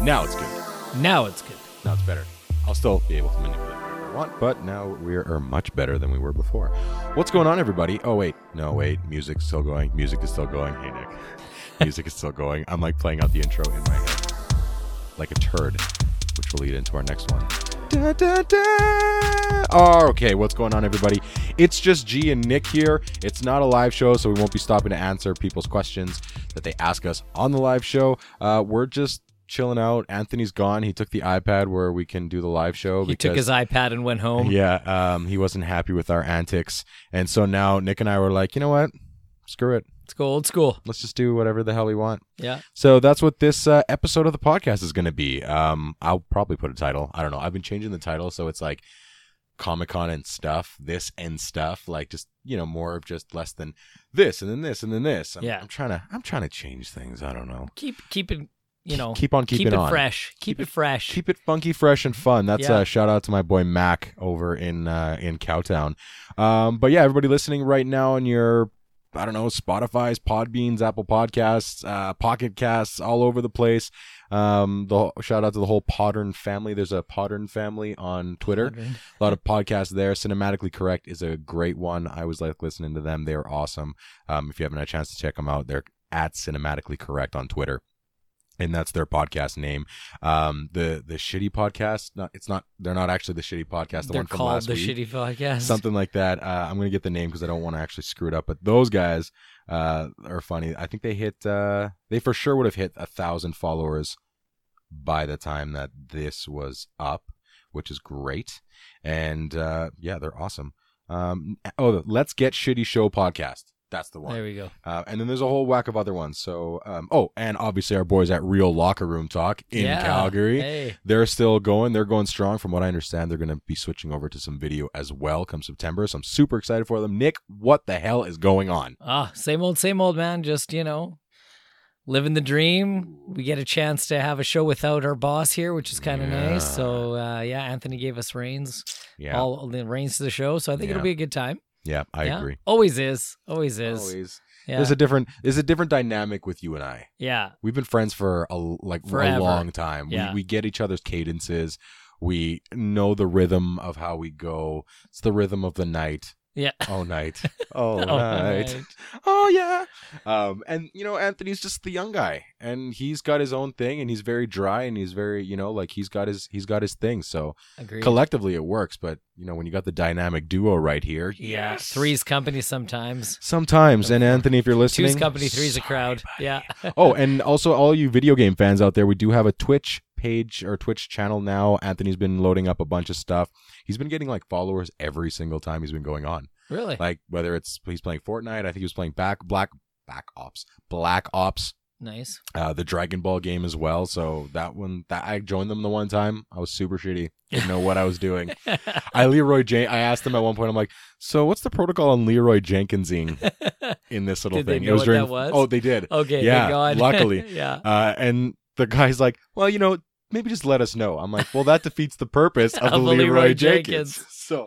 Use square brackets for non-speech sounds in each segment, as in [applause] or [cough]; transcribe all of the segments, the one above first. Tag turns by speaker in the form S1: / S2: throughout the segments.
S1: Now it's good.
S2: Now it's good.
S1: Now it's better. I'll still be able to manipulate whatever I want, but now we are much better than we were before. What's going on, everybody? Oh, wait. No, wait. Music's still going. Music is still going. Hey, Nick. [laughs] Music is still going. I'm like playing out the intro in my head like a turd, which will lead into our next one. Da, da, da. Oh, okay, what's going on, everybody? It's just G and Nick here. It's not a live show, so we won't be stopping to answer people's questions that they ask us on the live show. Uh, we're just chilling out. Anthony's gone. He took the iPad where we can do the live show.
S2: He took his iPad and went home.
S1: Oh, Yeah, um, he wasn't happy with our antics, and so now Nick and I were like, you know what? Screw it.
S2: Let's go old school.
S1: Let's just do whatever the hell we want.
S2: Yeah.
S1: So that's what this uh, episode of the podcast is going to be. Um, I'll probably put a title. I don't know. I've been changing the title, so it's like Comic Con and stuff, this and stuff, like just you know more of just less than this and then this and then this. I'm,
S2: Yeah.
S1: I'm trying to. I'm trying to change things. I don't know.
S2: Keep keep it you know
S1: keep on keeping
S2: keep it
S1: on.
S2: fresh. Keep,
S1: Keep
S2: it,
S1: it-
S2: fresh.
S1: Keep it funky, fresh, and fun. That's
S2: Yeah.
S1: a shout out to my boy Mac over in uh, in Cowtown. Um, but yeah, everybody listening right now on your I don't know Spotify's, Podbeans, Apple Podcasts, uh, Pocket Casts, all over the place. Um, the shout out to the whole Podern family. There's a Podern family on Twitter. A lot of podcasts there. Cinematically Correct is a great one. I always like listening to them. They are awesome. Um, if you haven't had a chance to check them out, they're at Cinematically Correct on Twitter. And that's their podcast name. Um, the the shitty podcast. Not it's not. They're not actually the shitty podcast. The
S2: They're
S1: one from
S2: called
S1: last
S2: the
S1: week
S2: shitty podcast.
S1: something like that. Uh, I'm gonna get the name because I don't want to actually screw it up. But those guys uh, are funny. I think they hit. Uh, they for sure would have hit a thousand followers by the time that this was up, which is great. And uh, yeah, they're awesome. Um, oh, the let's get shitty show podcast. That's the one.
S2: There we go.
S1: Uh, and then there's a whole whack of other ones. So, um, oh, and obviously our boys at Real Locker Room Talk in
S2: Yeah.
S1: Calgary
S2: Hey.
S1: they're still going. They're going strong. From what I understand, they're going to be switching over to some video as well come September. So I'm super excited for them. Nick, what the hell is going on?
S2: Ah, same old, same old man. Just, you know, living the dream. We get a chance to have a show without our boss here, which is kind of nice.
S1: Yeah.
S2: So uh, yeah, Anthony gave us reins.
S1: Yeah.
S2: All the reins to the show. So I think
S1: Yeah.
S2: it'll be a good time.
S1: yeah, I
S2: Yeah?
S1: agree.
S2: Always is. Always is.
S1: Always.
S2: Yeah.
S1: There's a different there's a different dynamic with you and I.
S2: yeah.
S1: We've been friends for a like
S2: Forever.
S1: a long time.
S2: Yeah.
S1: We we get each other's cadences. We know the rhythm of how we go. It's the rhythm of the night.
S2: Yeah. [laughs]
S1: All night. [laughs] All,
S2: All
S1: night.
S2: right.
S1: oh yeah um and you know anthony's just the young guy and he's got his own thing and he's very dry and he's very you know like he's got his he's got his thing so
S2: Agreed.
S1: collectively it works but you know when you got the dynamic duo right here
S2: Yeah, three's company sometimes.
S1: sometimes and anthony if you're listening
S2: Two's company, three's a
S1: sorry,
S2: crowd. Yeah,
S1: [laughs] oh, and also all you video game fans out there, we do have a Twitch page or Twitch channel now. Anthony's been loading up a bunch of stuff. He's been getting like followers every single time he's been going on.
S2: really
S1: Like whether it's he's playing Fortnite, I think he was playing back black back ops. Black Ops
S2: nice. [laughs]
S1: uh, the Dragon Ball game as well. So that one, that I joined them the one time. I was super shitty. Didn't know what I was
S2: [laughs]
S1: doing. I Leroy Jen- I asked them at one point. I'm like, so what's the protocol on Leroy Jenkinsing in this little
S2: Did they
S1: thing?
S2: know what that was?
S1: Oh, they did.
S2: okay,
S1: Yeah,
S2: thank God.
S1: luckily.
S2: [laughs] yeah,
S1: Uh, and the guy's like, well, you know, maybe just let us know. I'm like, well, that defeats the purpose
S2: [laughs]
S1: of, the Leroy, Jenkins. [laughs]
S2: Jenkins.
S1: So,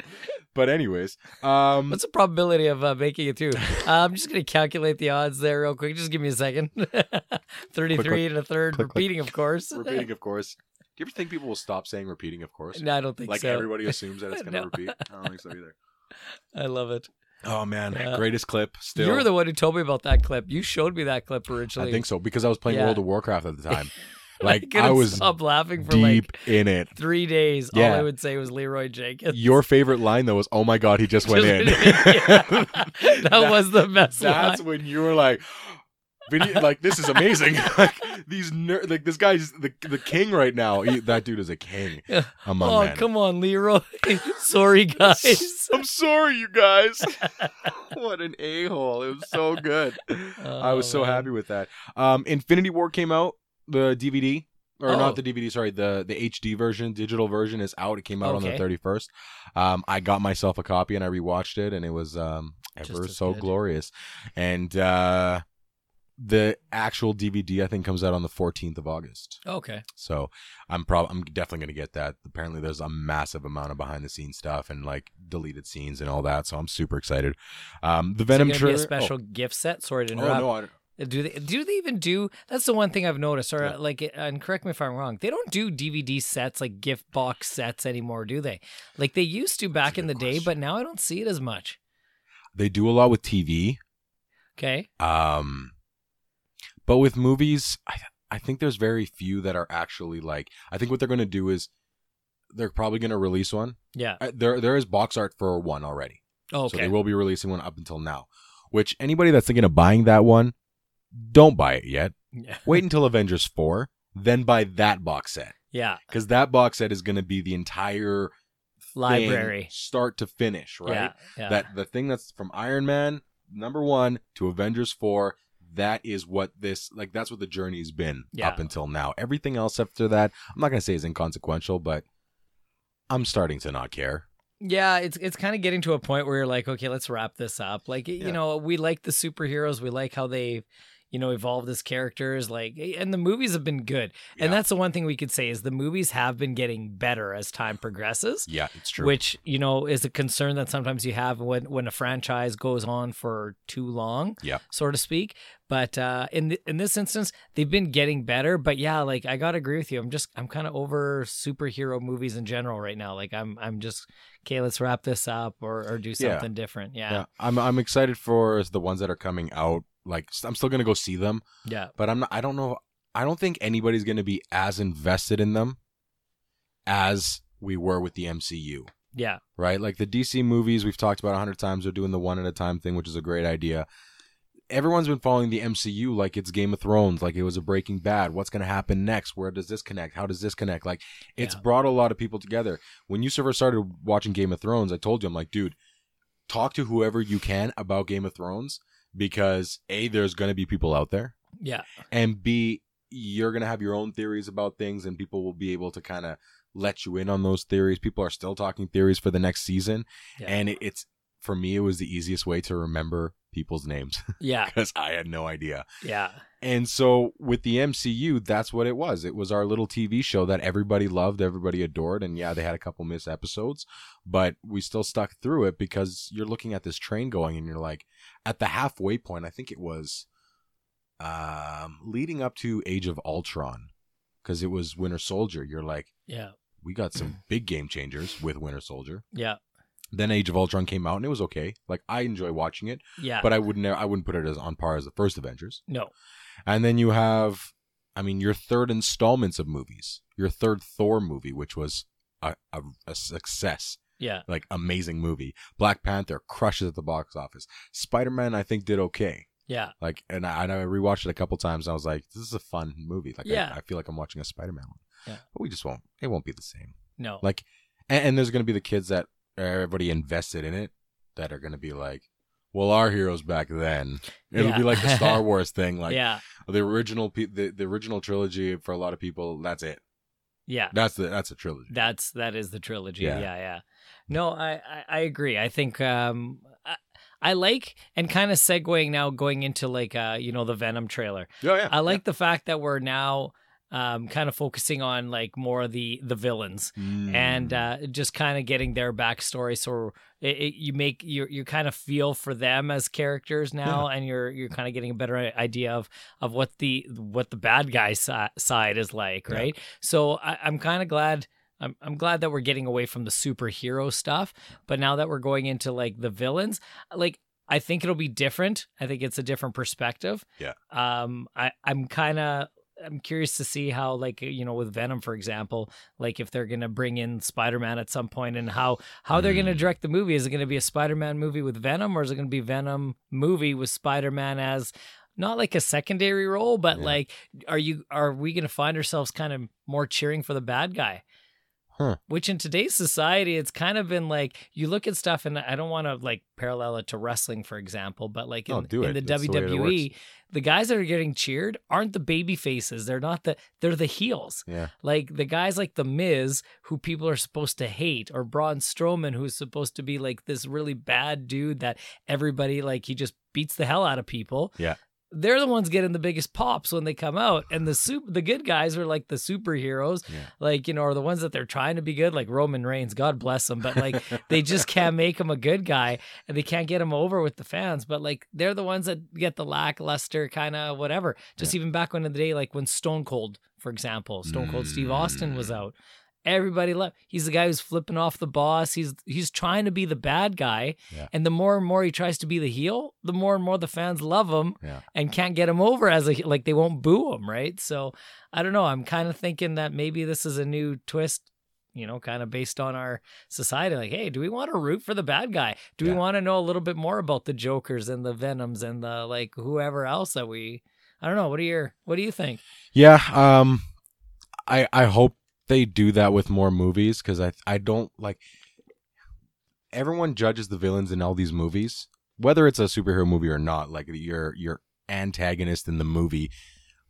S1: but anyways, um,
S2: what's the probability of uh, making
S1: [laughs]
S2: it through? Uh, I'm just gonna calculate the odds there real quick. Just give me a second. [laughs] Thirty-three
S1: click,
S2: and a third,
S1: click, click.
S2: repeating, of
S1: [laughs]
S2: course. [laughs]
S1: repeating, of course. Do you ever think people will stop saying repeating, of course?
S2: no, I don't think
S1: like
S2: so.
S1: everybody assumes
S2: [laughs]
S1: that it's going to
S2: No.
S1: repeat. I don't think so either.
S2: I love it.
S1: Oh man,
S2: Yeah.
S1: greatest clip still.
S2: You were the one who told me about that clip. You showed me that clip originally.
S1: I
S2: [laughs]
S1: think so because I was playing
S2: Yeah.
S1: World of Warcraft at the time.
S2: And I
S1: Like
S2: couldn't
S1: I was
S2: stop laughing [laughs] for
S1: deep
S2: like
S1: in it.
S2: [laughs] three days.
S1: Yeah.
S2: All I would say was Leroy Jenkins.
S1: Your favorite line though was, "Oh my god, he just went in." [laughs]
S2: [laughs] Yeah. that,
S1: That-
S2: was the best one.
S1: That's when you were like, "Video, like this is amazing." [laughs] like these ner- like this guy's the the king right now. He- that dude is a king
S2: [laughs] Yeah.
S1: among
S2: Oh,
S1: men.
S2: come on, Leroy. [laughs] Sorry, guys.
S1: I'm sorry, you
S2: [laughs]
S1: guys. [laughs] what an a hole! It was so good. I was
S2: Oh,
S1: so
S2: man.
S1: happy with that. Um, Infinity War came out the DVD or
S2: Oh.
S1: not the DVD, sorry, the the HD version, digital version is out. It came out on
S2: Okay.
S1: the thirty first. Um, I got myself a copy and I rewatched it, and it was um
S2: Just
S1: ever
S2: as
S1: so
S2: good.
S1: glorious. And uh, the actual DVD I think comes out on the fourteenth of August.
S2: Okay.
S1: So I'm probably I'm definitely gonna get that. Apparently there's a massive amount of behind the scenes stuff and like deleted scenes and all that. So I'm super excited. Um, the Venom
S2: Venom so
S1: trailer.
S2: be a special gift set. Sorry to
S1: Oh, oh
S2: interrupt.
S1: no, I,
S2: Do they do they even do? That's the one thing I've noticed. Or uh, like, and correct me if I'm wrong. They don't do DVD sets like gift box sets anymore, do they? Like they used to back
S1: a
S2: in the
S1: good
S2: day, but
S1: question.
S2: now I don't see it as much.
S1: They do a lot with TV.
S2: Okay,
S1: Um, but with movies, I I think there's very few that are actually like. I think what they're going to do is they're probably going to release one.
S2: yeah,
S1: Uh, There there is box art for one already, so
S2: okay,
S1: they will be releasing one up until now. Which anybody that's thinking of buying that one, don't buy it yet.
S2: yeah, [laughs]
S1: Wait until Avengers four, then buy that box set
S2: yeah.
S1: because that box set is going to be the entire thing,
S2: Library.
S1: start to finish, right?
S2: Yeah, yeah.
S1: that the thing that's from Iron Man number one to Avengers four. That is what this like. That's what the journey's been
S2: Yeah.
S1: up until now. Everything else after that, I'm not gonna say is inconsequential, but I'm starting to not care.
S2: Yeah, it's it's kind of getting to a point where you're like, okay, let's wrap this up. Like,
S1: Yeah.
S2: you know, we like the superheroes, we like how they, you know, evolved as characters. Like, and the movies have been good, and
S1: Yeah.
S2: that's the one thing we could say is the movies have been getting better as time progresses.
S1: Yeah, it's true.
S2: Which you know is a concern that sometimes you have when when a franchise goes on for too long,
S1: Yeah.
S2: so to speak. But uh, in th- in this instance, they've been getting better. But yeah, like I gotta agree with you. I'm just I'm kind of over superhero movies in general right now. Like I'm I'm just okay. Let's wrap this up or or do
S1: Yeah.
S2: something different.
S1: yeah,
S2: Yeah,
S1: I'm I'm excited for the ones that are coming out. Like s- I'm still gonna go see them,
S2: yeah,
S1: but I'm not. I don't know. I don't think anybody's gonna be as invested in them as we were with the MCU.
S2: yeah,
S1: right? Like the DC movies we've talked about a hundred times. They're doing the one at a time thing, which is a great idea. Everyone's been following the MCU like it's Game of Thrones, like it was a Breaking Bad. What's going to happen next? Where does this connect? How does this connect? Like it's
S2: Yeah.
S1: brought a lot of people together. When you first started watching Game of Thrones, I told you, I'm like, dude, talk to whoever you can about Game of Thrones because a there's going to be people out there
S2: yeah,
S1: and b you're gonna have your own theories about things and people will be able to kind of let you in on those theories people are still talking theories for the next season
S2: Yeah.
S1: and it, it's for me it was the easiest way to remember people's names [laughs]
S2: yeah,
S1: because i had no idea
S2: yeah,
S1: and so with the mcu that's what it was it was our little tv show that everybody loved everybody adored and yeah they had a couple missed episodes but we still stuck through it because you're looking at this train going and you're like at the halfway point i think it was um leading up to age of ultron because it was winter soldier you're like
S2: yeah,
S1: we got some big game changers with winter soldier
S2: yeah,
S1: then age of ultron came out and it was okay like i enjoy watching it
S2: yeah.
S1: but i would never i wouldn't put it as on par as the first avengers
S2: no,
S1: and then you have i mean your third installments of movies your third thor movie which was a, a, a success
S2: yeah,
S1: like amazing movie. Black Panther crushes at the box office. Spider Man, I think, did okay.
S2: yeah,
S1: Like, and I, and I rewatched it a couple times. And I was like, this is a fun movie. Like, I-
S2: Yeah.
S1: I, feel like I'm watching a Spider Man one.
S2: Yeah.
S1: But we just won't. It won't be the same.
S2: no,
S1: Like, and, and there's gonna be the kids that everybody invested in it that are gonna be like, well, our heroes back then. It'll
S2: Yeah.
S1: be like the
S2: [laughs]
S1: Star Wars thing. Like
S2: yeah,
S1: the original, pe- the, the original trilogy for a lot of people. That's it.
S2: yeah.
S1: That's the that's a trilogy.
S2: That's that is the trilogy.
S1: Yeah.
S2: Yeah, yeah. No, I, I I agree. I think um I, I like and kind of segueing now going into like uh you know the Venom trailer.
S1: [laughs] oh yeah.
S2: I like the fact that we're now um kind of focusing on like more of the the villains
S1: Mm.
S2: and uh, just kind of getting their backstory. So it, it, you make you you kind of feel for them as characters now, and you're you're kind of getting a better i- idea of of what the what the bad guy si- side is like,
S1: Yeah.
S2: right? So I, I'm kind of glad. I'm, I'm glad that we're getting away from the superhero stuff, but now that we're going into like the villains, like I think it'll be different. I think it's a different perspective.
S1: Yeah.
S2: Um. I I'm kind of I'm curious to see how like you know with Venom for example, like if they're going to bring in spider-man at some point and how how they're going to
S1: Mm.
S2: direct the movie is it going to be a spider-man movie with venom or is it going to be venom movie with spider-man as not like a secondary role but
S1: Yeah.
S2: like are you are we going to find ourselves kind of more cheering for the bad guy
S1: Huh.
S2: Which in today's society, it's kind of been like you look at stuff, and I don't want to like parallel it to wrestling, for example, but like in,
S1: No, Oh, do
S2: in
S1: it.
S2: the
S1: That's the way it
S2: WWE, the guys that are getting cheered aren't the baby faces; they're not the they're the heels.
S1: yeah.
S2: Like the guys like The Miz, who people are supposed to hate, or Braun Strowman, who's supposed to be like this really bad dude that everybody like he just beats the hell out of people.
S1: Yeah.
S2: they're the ones getting the biggest pops when they come out and the soup the good guys are like the superheroes
S1: Yeah.
S2: like you know are the ones that they're trying to be good like roman reigns god bless them but like
S1: [laughs]
S2: [laughs] they just can't make him a good guy and they can't get him over with the fans but like they're the ones that get the lackluster kind of whatever just even back when in the day like when stone cold for example stone cold steve austin was
S1: Mm.
S2: out everybody left he's the guy who's flipping off the boss he's he's trying to be the bad guy
S1: Yeah.
S2: and the more and more he tries to be the heel the more and more the fans love him
S1: Yeah.
S2: and can't get him over as a like they won't boo him, right? So I don't know. I'm kind of thinking that maybe this is a new twist, you know, kind of based on our society. Like, hey, do we want to root for the bad guy? Do
S1: Yeah.
S2: we want to know a little bit more about the Jokers and the Venoms and the like whoever else that we? I don't know. What are your What do you think?
S1: Yeah, um, I I hope they do that with more movies because I I don't like everyone judges the villains in all these movies, whether it's a superhero movie or not. Like your your antagonist in the movie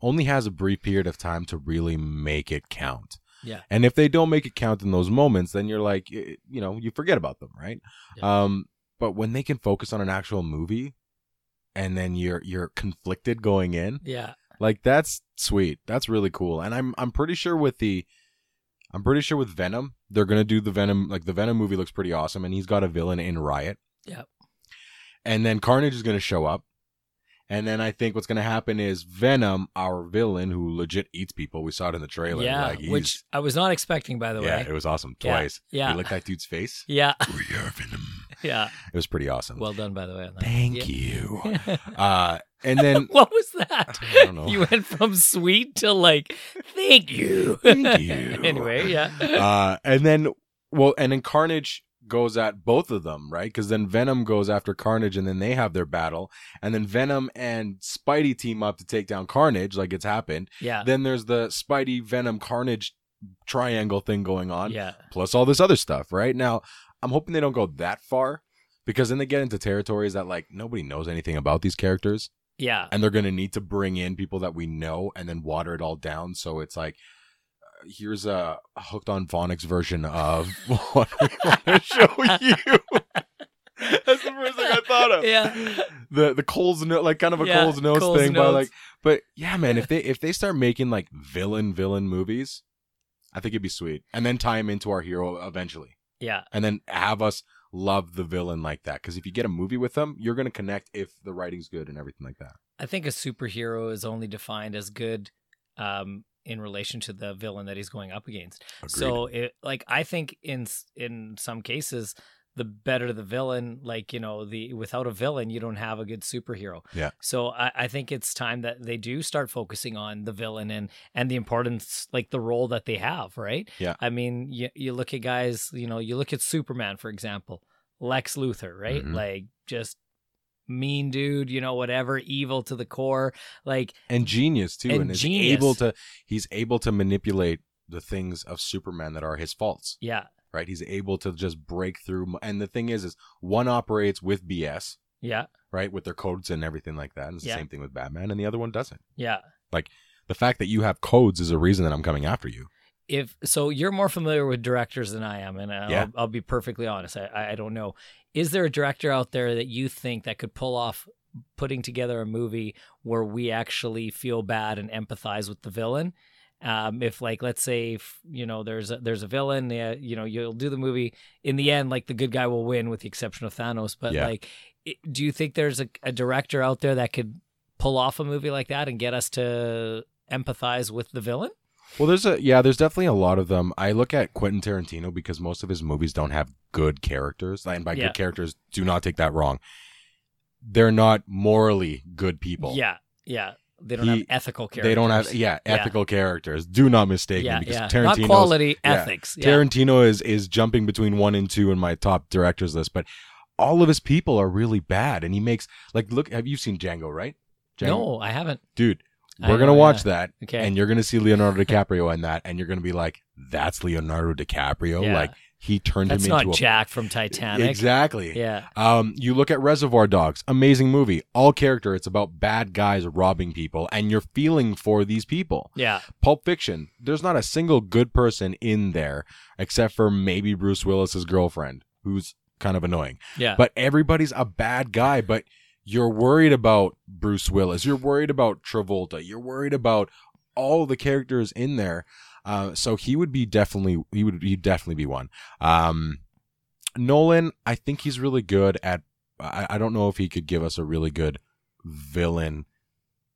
S1: only has a brief period of time to really make it count.
S2: Yeah.
S1: and if they don't make it count in those moments, then you're like, y- you know, you forget about them, right? Um, but when they can focus on an actual movie, and then you're you're conflicted going in,
S2: Yeah,
S1: like that's sweet. That's really cool. And I'm I'm pretty sure with the I'm pretty sure with Venom, they're gonna do the Venom like the Venom movie looks pretty awesome and he's got a villain in Riot.
S2: Yep.
S1: And then Carnage is gonna show up. And then I think what's gonna happen is Venom, our villain, who legit eats people, we saw it in the trailer.
S2: yeah.
S1: like, he's-
S2: which I was not expecting, by the
S1: yeah,
S2: way.
S1: it was awesome.
S2: Yeah,
S1: Twice.
S2: yeah.
S1: You licked that dude's face.
S2: [laughs] Yeah,
S1: we are Venom.
S2: yeah.
S1: It was pretty awesome.
S2: Well done, by the way. On that.
S1: Thank
S2: Yeah.
S1: you.
S2: [laughs]
S1: Uh and then
S2: what was that?
S1: I don't know.
S2: [laughs] You went from sweet to like, thank you. [laughs]
S1: Thank you.
S2: anyway, yeah.
S1: uh, and then well, and then Carnage goes at both of them, right? Because then Venom goes after Carnage, and then they have their battle, and then Venom and Spidey team up to take down Carnage, like it's happened.
S2: yeah.
S1: Then there's the Spidey Venom Carnage triangle thing going on,
S2: Yeah.
S1: plus all this other stuff, right? Now, I'm hoping they don't go that far. Because then they get into territories that like nobody knows anything about these characters,
S2: Yeah.
S1: and they're gonna need to bring in people that we know and then water it all down. So it's like uh, here's a hooked on phonics version of [laughs] what we want to show you. [laughs] That's the first thing I thought of.
S2: Yeah.
S1: The the Cole's no, like kind of a
S2: Yeah,
S1: Cole's nose
S2: Cole's
S1: thing, but
S2: Notes.
S1: like, but yeah, man,
S2: [laughs]
S1: if they if they start making like villain villain movies, I think it'd be sweet, and then tie him into our hero eventually,
S2: Yeah.
S1: and then have us love the villain like that. Because if you get a movie with them, you're gonna connect if the writing's good and everything like that.
S2: I think a superhero is only defined as good um, in relation to the villain that he's going up against. So, it, like, I think in s- in some cases, the better the villain, like you know, the without a villain, you don't have a good superhero.
S1: Yeah.
S2: So I, I think it's time that they do start focusing on the villain and and the importance, like the role that they have, right?
S1: Yeah.
S2: I mean, you you look at guys, you know, you look at Superman, for example, Lex Luthor, right?
S1: Mhm.
S2: Like just mean dude, you know, whatever, evil to the core, like
S1: and genius too, and,
S2: And
S1: is
S2: genius.
S1: able to he's able to manipulate the things of Superman that are his faults,
S2: yeah,
S1: right? He's able to just break through. mo- And the thing is, is one operates with BS,
S2: yeah,
S1: right, with their codes and everything like that, and it's
S2: Yeah.
S1: the same thing with Batman, and the other one doesn't.
S2: yeah.
S1: The fact that you have codes is a reason that I'm coming after you.
S2: if so you're more familiar with directors than i am and i'll,
S1: Yeah.
S2: I'll be perfectly honest I, I don't know is there a director out there that you think that could pull off putting together a movie where we actually feel bad and empathize with the villain um, if like let's say if, you know there's a, there's a villain yeah, you know you'll do the movie in the end like the good guy will win with the exception of Thanos but
S1: Yeah.
S2: like it, do you think there's a, a director out there that could pull off a movie like that and get us to empathize with the villain
S1: Well, there's a yeah, there's definitely a lot of them. I look at Quentin Tarantino because most of his movies don't have good characters, and by
S2: Yeah.
S1: good characters, do not take that wrong. They're not morally good people.
S2: Yeah, yeah. They don't
S1: He-
S2: have ethical characters.
S1: They don't have yeah
S2: Yeah.
S1: ethical characters. Do not mistake
S2: yeah,
S1: me because
S2: yeah. not
S1: Tarantino
S2: quality
S1: yeah.
S2: ethics. Yeah.
S1: Tarantino is is jumping between one and two in my top directors list, but all of his people are really bad, and he makes like look. Have you seen Django? Right? Django?
S2: no, I haven't.
S1: dude.
S2: I
S1: We're
S2: know,
S1: gonna watch
S2: yeah.
S1: that,
S2: Okay,
S1: and you're gonna see Leonardo DiCaprio in that, and you're gonna be like, "That's Leonardo DiCaprio."
S2: Yeah.
S1: Like he turned
S2: that's
S1: him
S2: not
S1: into
S2: Jack from
S1: a
S2: Titanic.
S1: Exactly.
S2: Yeah,
S1: Um, you look at Reservoir Dogs, amazing movie. All character, it's about bad guys robbing people, and you're feeling for these people.
S2: yeah,
S1: Pulp Fiction, there's not a single good person in there except for maybe [laughs] Bruce Willis's girlfriend, who's kind of annoying.
S2: yeah.
S1: But everybody's a bad guy, but you're worried about Bruce Willis, you're worried about Travolta, you're worried about all the characters in there. Uh, so he would be definitely he would he definitely be one. Um, Nolan, I think he's really good at. I, I don't know if he could give us a really good villain.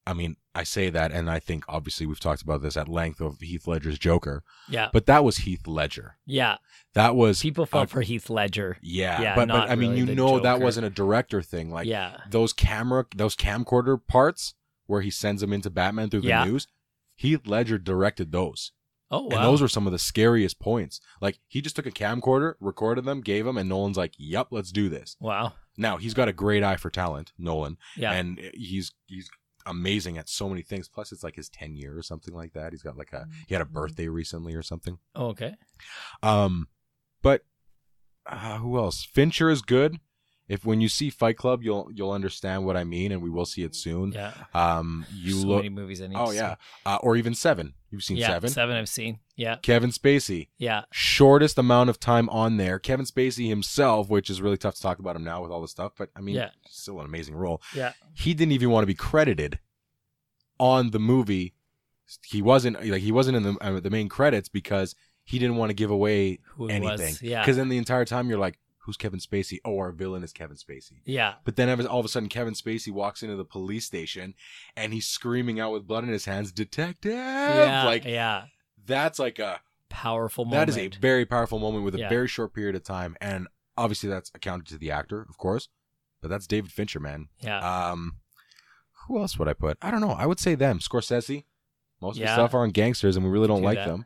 S1: I mean, I say that, and I think obviously we've talked about this at length of Heath Ledger's Joker,
S2: Yeah.
S1: but that was Heath Ledger.
S2: Yeah.
S1: That was
S2: People fell
S1: Uh,
S2: for Heath Ledger.
S1: yeah,
S2: Yeah,
S1: but, but
S2: not
S1: I mean,
S2: really
S1: you
S2: the
S1: know that
S2: Joker.
S1: wasn't a director thing. Like
S2: yeah.
S1: those camera, those camcorder parts where he sends him into Batman through the
S2: Yeah.
S1: news. Heath Ledger directed those,
S2: Oh, wow.
S1: and those were some of the scariest points. Like he just took a camcorder, recorded them, gave them, and Nolan's like, "Yep, let's do this."
S2: wow.
S1: Now he's got a great eye for talent, Nolan,
S2: Yeah.
S1: and he's he's amazing at so many things. Plus, it's like his ten year or something like that. He's got like a he had a birthday recently or something.
S2: Oh, okay.
S1: Um, but uh, who else? Fincher is good. If when you see Fight Club, you'll you'll understand what I mean, and we will see it soon.
S2: Yeah.
S1: Um, you
S2: so
S1: look.
S2: many movies I need
S1: Oh
S2: to
S1: yeah,
S2: see.
S1: uh, or even Seven. You've seen
S2: yeah,
S1: Seven.
S2: I've seen. Yeah.
S1: Kevin Spacey,
S2: Yeah.
S1: shortest amount of time on there. Kevin Spacey himself, which is really tough to talk about him now with all this stuff, but I mean,
S2: Yeah.
S1: still an amazing role.
S2: Yeah.
S1: He didn't even want to be credited on the movie. He wasn't like he wasn't in the uh, the main credits because he didn't want to give away
S2: Who it
S1: anything.
S2: was. Yeah.
S1: Because then the entire time you're like, who's Kevin Spacey? Oh, our villain is Kevin Spacey.
S2: Yeah.
S1: But then all of a sudden, Kevin Spacey walks into the police station and he's screaming out with blood in his hands, "Detective!"
S2: Yeah.
S1: like
S2: yeah.
S1: that's like a
S2: Powerful moment.
S1: that is a very powerful moment with a
S2: Yeah.
S1: very short period of time, and obviously that's accounted to the actor, of course. But that's David Fincher, man.
S2: [laughs] Yeah.
S1: Um, who else would I put? I don't know. I would say them. Scorsese. Most of the
S2: Yeah.
S1: stuff are on gangsters, and we really don't
S2: Do
S1: like
S2: that.
S1: them.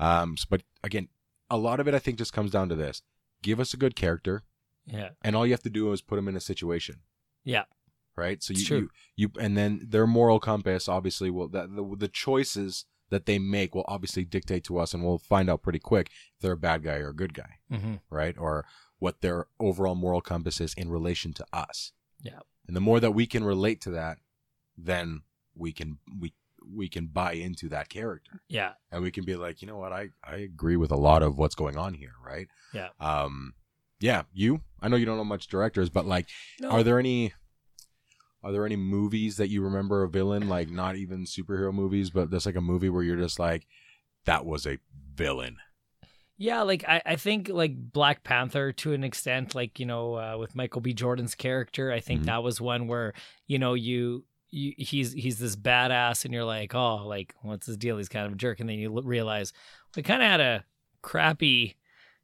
S1: Um, s- but again, a lot of it I think just comes down to this: give us a good character,
S2: yeah.
S1: and all you have to do is put them in a situation.
S2: Yeah.
S1: Right. So
S2: It's
S1: you, you
S2: true.
S1: you and then their moral compass obviously will that the, the choices that they make will obviously dictate to us, and we'll find out pretty quick if they're a bad guy or a good guy,
S2: Mm-hmm.
S1: right? Or what their overall moral compass is in relation to us.
S2: Yeah.
S1: And the more that we can relate to that, then we can we we can buy into that character
S2: Yeah.
S1: and we can be like, you know what, I, I agree with a lot of what's going on here, right?
S2: Yeah.
S1: Um, yeah, you. I know you don't know much directors, but like,
S2: No.
S1: are there any? Are there any movies that you remember a villain like not even superhero movies, but that's like a movie where you're just like, that was a villain.
S2: Yeah, like I, I think like Black Panther to an extent, like you know, uh, with Michael B. Jordan's character, I think
S1: Mhm.
S2: that was one where you know you. You, he's he's this badass, and you're like, oh, like what's his deal? He's kind of a jerk, and then you l- realize we kind of had a crappy,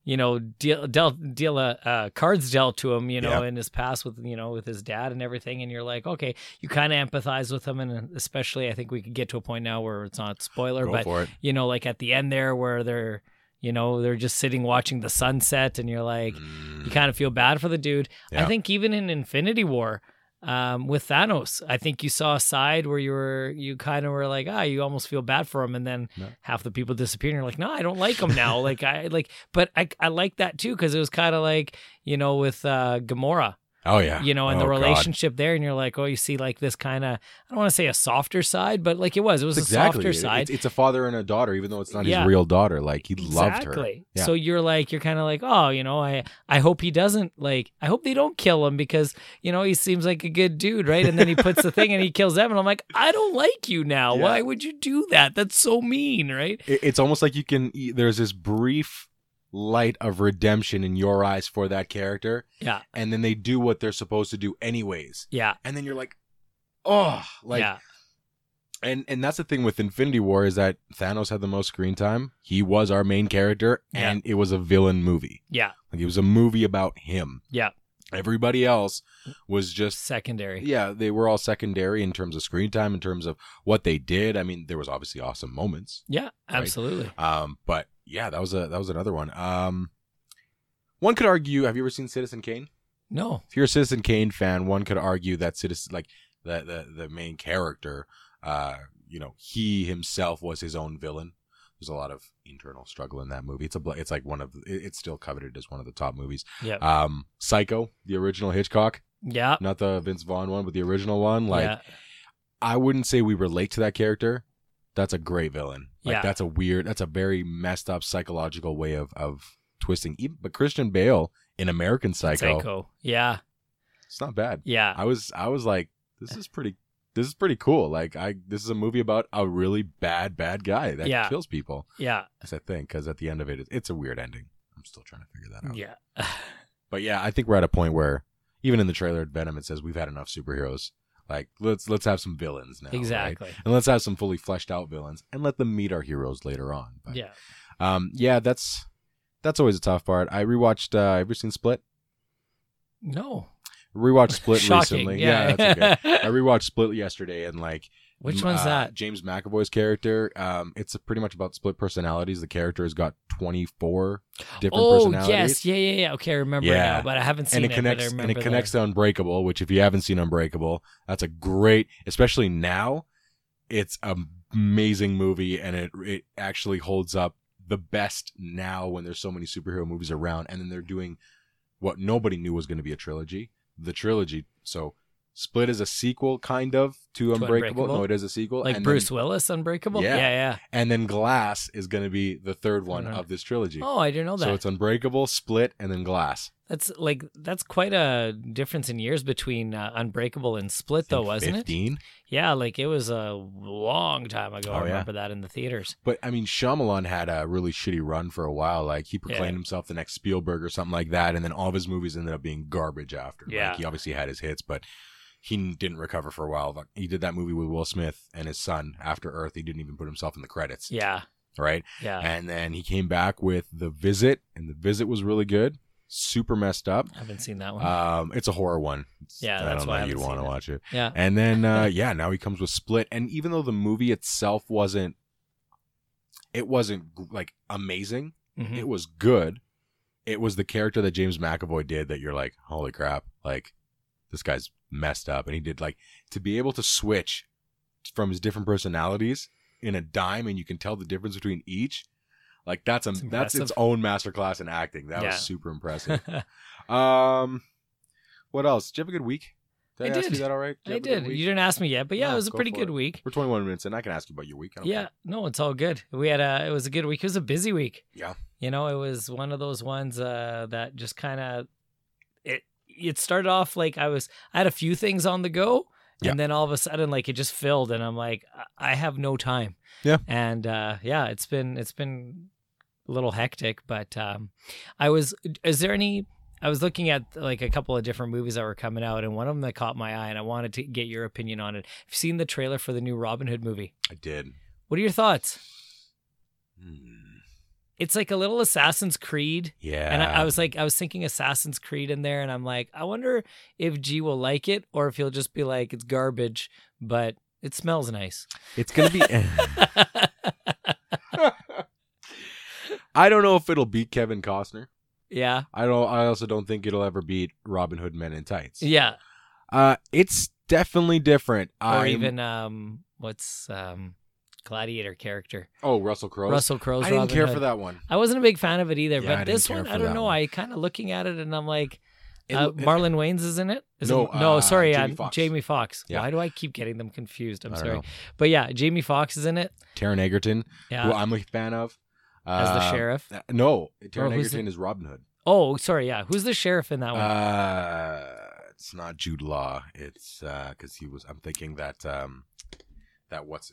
S2: you know, deal deal, deal uh, uh, cards dealt to him, you know, in his past with you know with his dad and everything, and you're like, okay, you kind of empathize with him, and uh, especially I think we could get to a point now where it's not spoiler,
S1: Go
S2: but
S1: for it.
S2: you know, like at the end there where they're, you know, they're just sitting watching the sunset and you're like, you
S1: Mm,
S2: kind of feel bad for the dude.
S1: Yeah.
S2: I think even in Infinity War, um, with Thanos, I think you saw a side where you were, you kind of were like, ah, you almost feel bad for him. And then
S1: No.
S2: half the people disappear and you're like, no, I don't like him now. like, I like, but I, I like that too because it was kind of like, you know, with uh, Gamora
S1: oh yeah,
S2: you know, and the
S1: Oh, God.
S2: relationship there, and you're like, oh, you see, like this kind of, I don't want to say a softer side, but like it was, it was
S1: It's exactly.
S2: a softer
S1: it.
S2: side.
S1: It's, it's a father and a daughter, even though it's not
S2: Yeah.
S1: his real daughter. Like he loved her.
S2: exactly.
S1: Yeah.
S2: So you're like, you're kind of like, oh, you know, I, I hope he doesn't like, I hope they don't kill him because you know he seems like a good dude, right? And then he puts the thing and he kills them, and I'm like, I don't like you now.
S1: Yeah.
S2: Why would you do that? That's so mean, right?
S1: it, it's almost like you can e- there's this brief light of redemption in your eyes for that character
S2: Yeah.
S1: and then they do what they're supposed to do anyways
S2: Yeah,
S1: and then you're like oh like
S2: yeah,
S1: and and that's the thing with infinity war is that thanos had the most screen time he was our main character
S2: Yeah.
S1: and it was a villain movie
S2: yeah.
S1: like it was a movie about him
S2: Yeah.
S1: everybody else was just
S2: Secondary.
S1: yeah, they were all secondary in terms of screen time, in terms of what they did. I mean, there was obviously awesome moments.
S2: Yeah, absolutely.
S1: Um, but yeah, that was a that was another one. Um, one could argue. Have you ever seen Citizen Kane?
S2: No.
S1: If you're a Citizen Kane fan, one could argue that Citizen, like the the the main character, uh, you know, he himself was his own villain. There's a lot of internal struggle in that movie. It's a bl- it's like one of it- it's still coveted as one of the top movies.
S2: Yeah.
S1: Um, Psycho, the original Hitchcock,
S2: Yeah.
S1: not the Vince Vaughn one, but the original one. Like
S2: yeah.
S1: I wouldn't say we relate to that character. That's a great villain. Like
S2: Yeah.
S1: that's a weird, that's a very messed up psychological way oh. of of twisting. Even, but Christian Bale in American Psycho,
S2: Psycho. Yeah.
S1: It's not bad.
S2: Yeah.
S1: I was I was like, this is pretty this is pretty cool. Like I this is a movie about a really bad bad guy that
S2: Yeah.
S1: kills people.
S2: Yeah.
S1: As I think, because at the end of it, it's a weird ending. I'm still trying to figure that out. [laughs]
S2: Yeah.
S1: But yeah, I think we're at a point where even in the trailer at Venom, it says we've had enough superheroes. Like let's let's have some villains now. right?
S2: exactly.
S1: And let's have some fully fleshed out villains and let them meet our heroes later on. But,
S2: Yeah.
S1: Um. Yeah. That's that's always a tough part. I rewatched. Uh, have you seen Split?
S2: No.
S1: Rewatched Split
S2: [laughs] Shocking.
S1: recently.
S2: Yeah.
S1: that's
S2: [laughs]
S1: okay. I rewatched Split yesterday, and like,
S2: Which
S1: m-
S2: one's
S1: uh,
S2: that?
S1: James McAvoy's character. Um, it's pretty much about split personalities. The character has got twenty four different
S2: oh
S1: personalities.
S2: yes, yeah, yeah, yeah. Okay, I remember
S1: Yeah.
S2: now, but I haven't seen
S1: and it
S2: it.
S1: connects
S2: but I
S1: and
S2: remember
S1: it connects to Unbreakable, which if you haven't seen Unbreakable, that's a great, especially now, it's an amazing movie, and it it actually holds up the best now when there's so many superhero movies around, and then they're doing what nobody knew was going to be a trilogy, the trilogy. So Split is a sequel, kind of, to, Unbreakable.
S2: Unbreakable?
S1: No, it is a sequel,
S2: like
S1: and
S2: Bruce
S1: Then,
S2: Willis Unbreakable.
S1: Yeah.
S2: yeah, yeah.
S1: and then Glass is going to be the third one
S2: Third one.
S1: of this trilogy.
S2: Oh, I didn't know that.
S1: so it's Unbreakable, Split, and then Glass.
S2: that's like that's quite a difference in years between uh, Unbreakable and Split, though, wasn't it?
S1: Fifteen.
S2: Yeah, like it was a long time ago.
S1: Oh,
S2: I
S1: yeah.
S2: remember that in the theaters.
S1: But I mean, Shyamalan had a really shitty run for a while. Like he proclaimed
S2: Yeah.
S1: himself the next Spielberg or something like that, and then all of his movies ended up being garbage after.
S2: Yeah.
S1: like, he obviously had his hits, but he n- didn't recover for a while. Like, He did that movie with Will Smith and his son, After Earth. He didn't even put himself in the credits,
S2: Yeah,
S1: right?
S2: yeah.
S1: And then he came back with The Visit, and The Visit was really good. Super messed up.
S2: I haven't seen that one.
S1: Um, it's a horror one. It's-
S2: Yeah,
S1: I
S2: that's
S1: don't
S2: why I
S1: know you'd
S2: haven't
S1: want to
S2: seen it.
S1: watch it. [laughs]
S2: yeah,
S1: And then uh, yeah, now he comes with Split, and even though the movie itself wasn't, it wasn't like amazing.
S2: mhm.
S1: It was good. It was the character that James McAvoy did that you're like, holy crap, like this guy's messed up, and he did like to be able to switch from his different personalities in a dime, and you can tell the difference between each. Like that's a
S2: It's
S1: that's its
S2: impressive.
S1: own masterclass in acting. That
S2: Yeah.
S1: was super impressive.
S2: [laughs]
S1: um, what else? Did you have a good week? Did I,
S2: I
S1: ask
S2: did.
S1: you that all right? you
S2: I
S1: have a good
S2: did.
S1: week?
S2: You didn't ask me yet, but yeah,
S1: No,
S2: it was a
S1: go
S2: pretty
S1: for
S2: good
S1: it.
S2: week.
S1: We're 21 minutes in. I can ask you about your week. I don't
S2: Yeah,
S1: care.
S2: no, it's all good. We had a it was a good week. It was a busy week.
S1: Yeah.
S2: You know, it was one of those ones uh that just kind of it it started off like I was I had a few things on the go and
S1: Yeah.
S2: then all of a sudden like it just filled and I'm like I- I have no time.
S1: Yeah.
S2: And uh yeah, it's been it's been a little hectic, but um I was is there any I was looking at like a couple of different movies that were coming out and one of them that caught my eye and I wanted to get your opinion on it. I've seen the trailer for the new Robin Hood movie.
S1: I did.
S2: What are your thoughts?
S1: Hmm.
S2: it's like a little Assassin's Creed.
S1: Yeah.
S2: And I, I was like, I was thinking Assassin's Creed in there, and I'm like, I wonder if G will like it or if he'll just be like, it's garbage, but it smells nice. [laughs]
S1: It's gonna be. [laughs] I don't know if it'll beat Kevin Costner.
S2: yeah.
S1: I don't. I also don't think it'll ever beat Robin Hood Men in Tights.
S2: Yeah.
S1: Uh, it's definitely different.
S2: Or
S1: I'm-
S2: even um what's um Gladiator character.
S1: Oh, Russell Crowe.
S2: Russell Crowe's
S1: I didn't
S2: Robin
S1: care
S2: Hood. Uh,
S1: for that one.
S2: I wasn't a big fan of it either,
S1: Yeah, I
S2: but
S1: didn't
S2: this
S1: care
S2: one,
S1: for
S2: I don't
S1: that
S2: know.
S1: one.
S2: I kind of looking at it and I'm like,
S1: It-
S2: uh,
S1: it-
S2: Marlon Wayans is in it? Is
S1: No,
S2: it, no,
S1: uh,
S2: sorry,
S1: Jamie
S2: uh,
S1: Foxx.
S2: Jamie Foxx.
S1: Yeah.
S2: Why do I keep getting them confused? I'm
S1: I don't
S2: sorry,
S1: know.
S2: but yeah, Jamie Foxx is in it.
S1: Taron Egerton,
S2: Yeah,
S1: who I'm a fan of.
S2: as the
S1: Uh,
S2: sheriff.
S1: uh, No, Taron
S2: Or who's the-
S1: Egerton is Robin Hood.
S2: Oh, sorry, yeah. Who's the sheriff in that one?
S1: Uh, it's not Jude Law. It's because he was. I'm thinking that um, that what's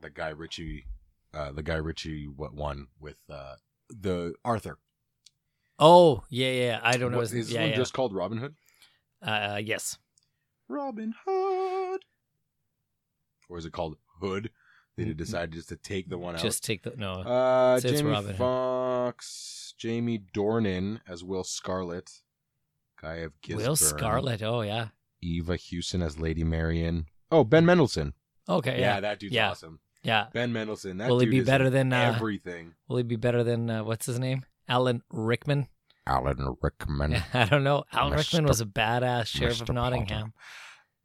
S1: the guy Ritchie, uh, the guy Ritchie what one with uh the Arthur.
S2: oh, yeah, yeah. I don't know.
S1: What-
S2: his-
S1: is this
S2: yeah,
S1: one
S2: yeah.
S1: just called Robin Hood?
S2: Uh, yes.
S1: Robin Hood, or is it called Hood? They did decide just to take the one out.
S2: Just take the no.
S1: uh,
S2: it's- it's
S1: Jamie
S2: Robin Hood.
S1: Fox, Jamie Dornan as Will Scarlet, Guy of Gisburn,
S2: Will Scarlet. Oh, yeah.
S1: Eva Hewson as Lady Marion. Oh, Ben Mendelsohn.
S2: Okay.
S1: Yeah,
S2: Yeah.
S1: that dude's
S2: Yeah.
S1: awesome.
S2: Yeah.
S1: Ben Mendelsohn. That
S2: Will he
S1: dude
S2: be
S1: is
S2: better than, uh,
S1: everything?
S2: Will he be better than uh, what's his name? Alan Rickman.
S1: Alan Rickman.
S2: [laughs] I don't know. Alan Rickman
S1: Mr.
S2: was a badass sheriff
S1: Mr.
S2: of Nottingham.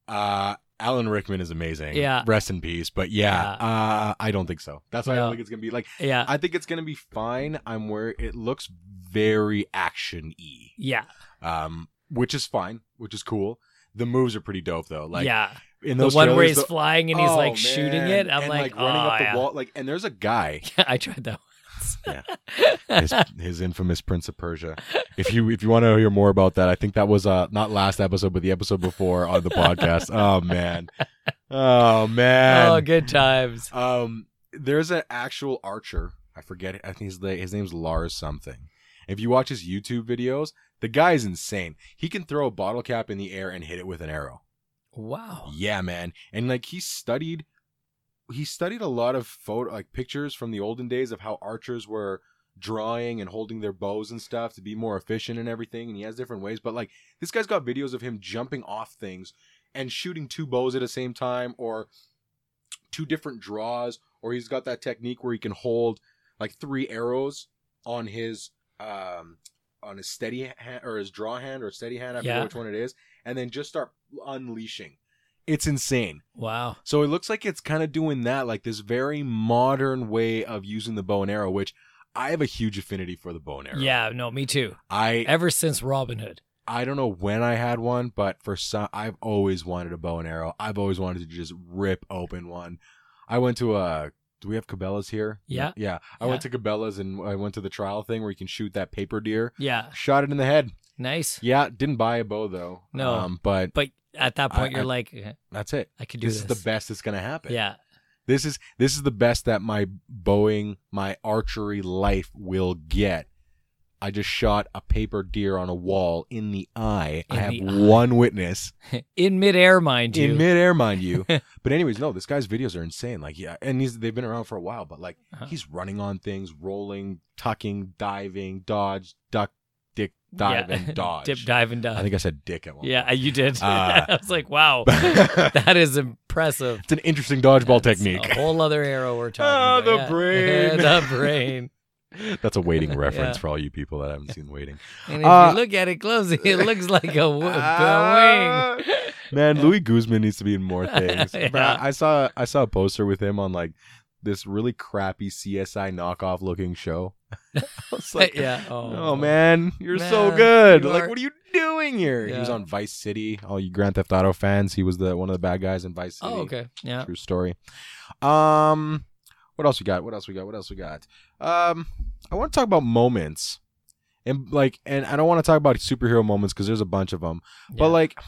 S1: Uh, Alan Rickman is amazing.
S2: Yeah.
S1: Rest in peace. But yeah,
S2: Yeah. Uh,
S1: uh, I don't think so. That's why I
S2: No.
S1: don't think it's gonna be like.
S2: Yeah.
S1: I think it's gonna be fine. I'm where it looks very action y,
S2: yeah.
S1: um, which is fine, which is cool. The moves are pretty dope though. Like
S2: yeah.
S1: in
S2: The
S1: those
S2: one where
S1: trailers,
S2: he's
S1: the-
S2: flying and he's
S1: Oh,
S2: like shooting
S1: man.
S2: it. I'm
S1: And,
S2: like,
S1: running
S2: oh,
S1: up the
S2: [laughs] yeah.
S1: wall. Like, and there's a guy
S2: Yeah, I tried that. Oh, Prince. [laughs]
S1: Yeah. his, his infamous Prince of Persia. If you if you want to hear more about that, I think that was uh not last episode, but the episode before on the podcast. Oh man, oh man.
S2: oh, good times.
S1: Um, there's an actual archer. I forget. I think his la- his name's Lars something. If you watch his YouTube videos, the guy is insane. He can throw a bottle cap in the air and hit it with an arrow.
S2: Wow.
S1: Yeah, man. And like he studied, he studied a lot of photo like pictures from the olden days of how archers were drawing and holding their bows and stuff to be more efficient and everything. And he has different ways, but like this guy's got videos of him jumping off things and shooting two bows at the same time, or two different draws, or he's got that technique where he can hold like three arrows on his um on his steady hand or his draw hand or steady hand, I forget
S2: Yeah.
S1: which one it is, and then just start unleashing. It's insane.
S2: Wow.
S1: So it looks like it's kind of doing that, like this very modern way of using the bow and arrow, which I have a huge affinity for the bow and arrow.
S2: Yeah, no, me too.
S1: I
S2: Ever since Robin Hood.
S1: I don't know when I had one, but for some, I've always wanted a bow and arrow. I've always wanted to just rip open one. I went to a. Do we have Cabela's here?
S2: Yeah.
S1: Yeah. I went to Cabela's and I went to the trial thing where you can shoot that paper deer.
S2: Yeah.
S1: Shot it in the head.
S2: Nice.
S1: Yeah. Didn't buy a bow though.
S2: No.
S1: Um, but
S2: But at that
S1: I-
S2: point,
S1: I-
S2: you're like, eh,
S1: that's it.
S2: I could do
S1: This
S2: this.
S1: is the best that's gonna happen.
S2: Yeah.
S1: This is this is the best that my bowing, my archery life will get. I just shot a paper deer on a wall in the eye. I
S2: In
S1: have
S2: the eye.
S1: one witness
S2: In midair, mind you.
S1: in midair, mind
S2: [laughs]
S1: you. but anyways, no, this guy's videos are insane. Like, yeah, and he's they've been around for a while, but like
S2: Uh-huh.
S1: he's running on things, rolling, tucking, diving, dodge, duck, dick,
S2: [laughs]
S1: dive,
S2: Yeah.
S1: and dodge.
S2: Dip, dive, and
S1: I
S2: dive.
S1: think I said dick at one.
S2: [laughs] Yeah, you did.
S1: Uh,
S2: [laughs] I was
S1: [laughs]
S2: like, wow, [laughs]
S1: point.
S2: that is impressive.
S1: it's an interesting dodgeball
S2: That's
S1: technique.
S2: A whole other arrow we're talking
S1: Ah,
S2: about.
S1: the
S2: yeah. [laughs]
S1: brain.
S2: the
S1: [laughs]
S2: brain.
S1: That's a
S2: [laughs]
S1: waiting reference
S2: Yeah.
S1: for all you people that haven't seen
S2: [laughs]
S1: waiting.
S2: And if
S1: Uh,
S2: you look at it closely, it looks like a, wo-
S1: Ah.
S2: a wing.
S1: Man, Louis Guzman needs to be in
S2: [laughs]
S1: more things.
S2: Yeah.
S1: Bruh, I saw I saw a poster with him on like this really crappy CSI knockoff looking show. [laughs] I was like,
S2: [laughs] yeah.
S1: Oh, man, you're so
S2: Man,
S1: good.
S2: you
S1: like,
S2: are-
S1: what are you doing here? He was
S2: Yeah.
S1: on Vice City. All you Grand Theft Auto fans, he was the one of the bad guys in Vice City.
S2: Oh, okay. Yeah.
S1: True story. Um, what else we got? What else we got? What else we got? Um, I want to talk about moments, and like, and I don't want to talk about superhero moments because there's a bunch of them.
S2: Yeah.
S1: But like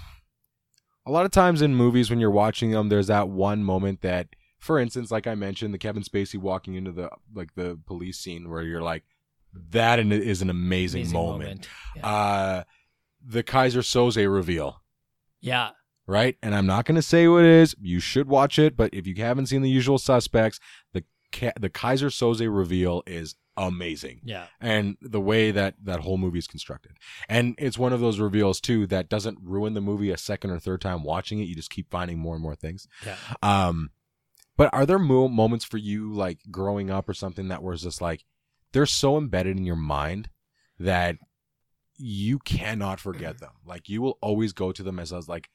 S1: a lot of times in movies when you're watching them, there's that one moment that for instance, like I mentioned, the Kevin Spacey walking into the like the police scene where you're like, that an- is an amazing,
S2: Amazing
S1: moment.
S2: Yeah.
S1: Uh the Kaiser Soze reveal,
S2: yeah.
S1: right? And I'm not gonna say what it is. You should watch it, but if you haven't seen the usual suspects, the Ka- the Kaiser Soze reveal is amazing
S2: Yeah.
S1: and the way that that whole movie is constructed. And it's one of those reveals too that doesn't ruin the movie a second or third time watching it. You just keep finding more and more things.
S2: Yeah.
S1: Um, but are there mo- moments for you like growing up or something that was just like they're so embedded in your mind that you cannot forget them. Like you will always go to them as as like,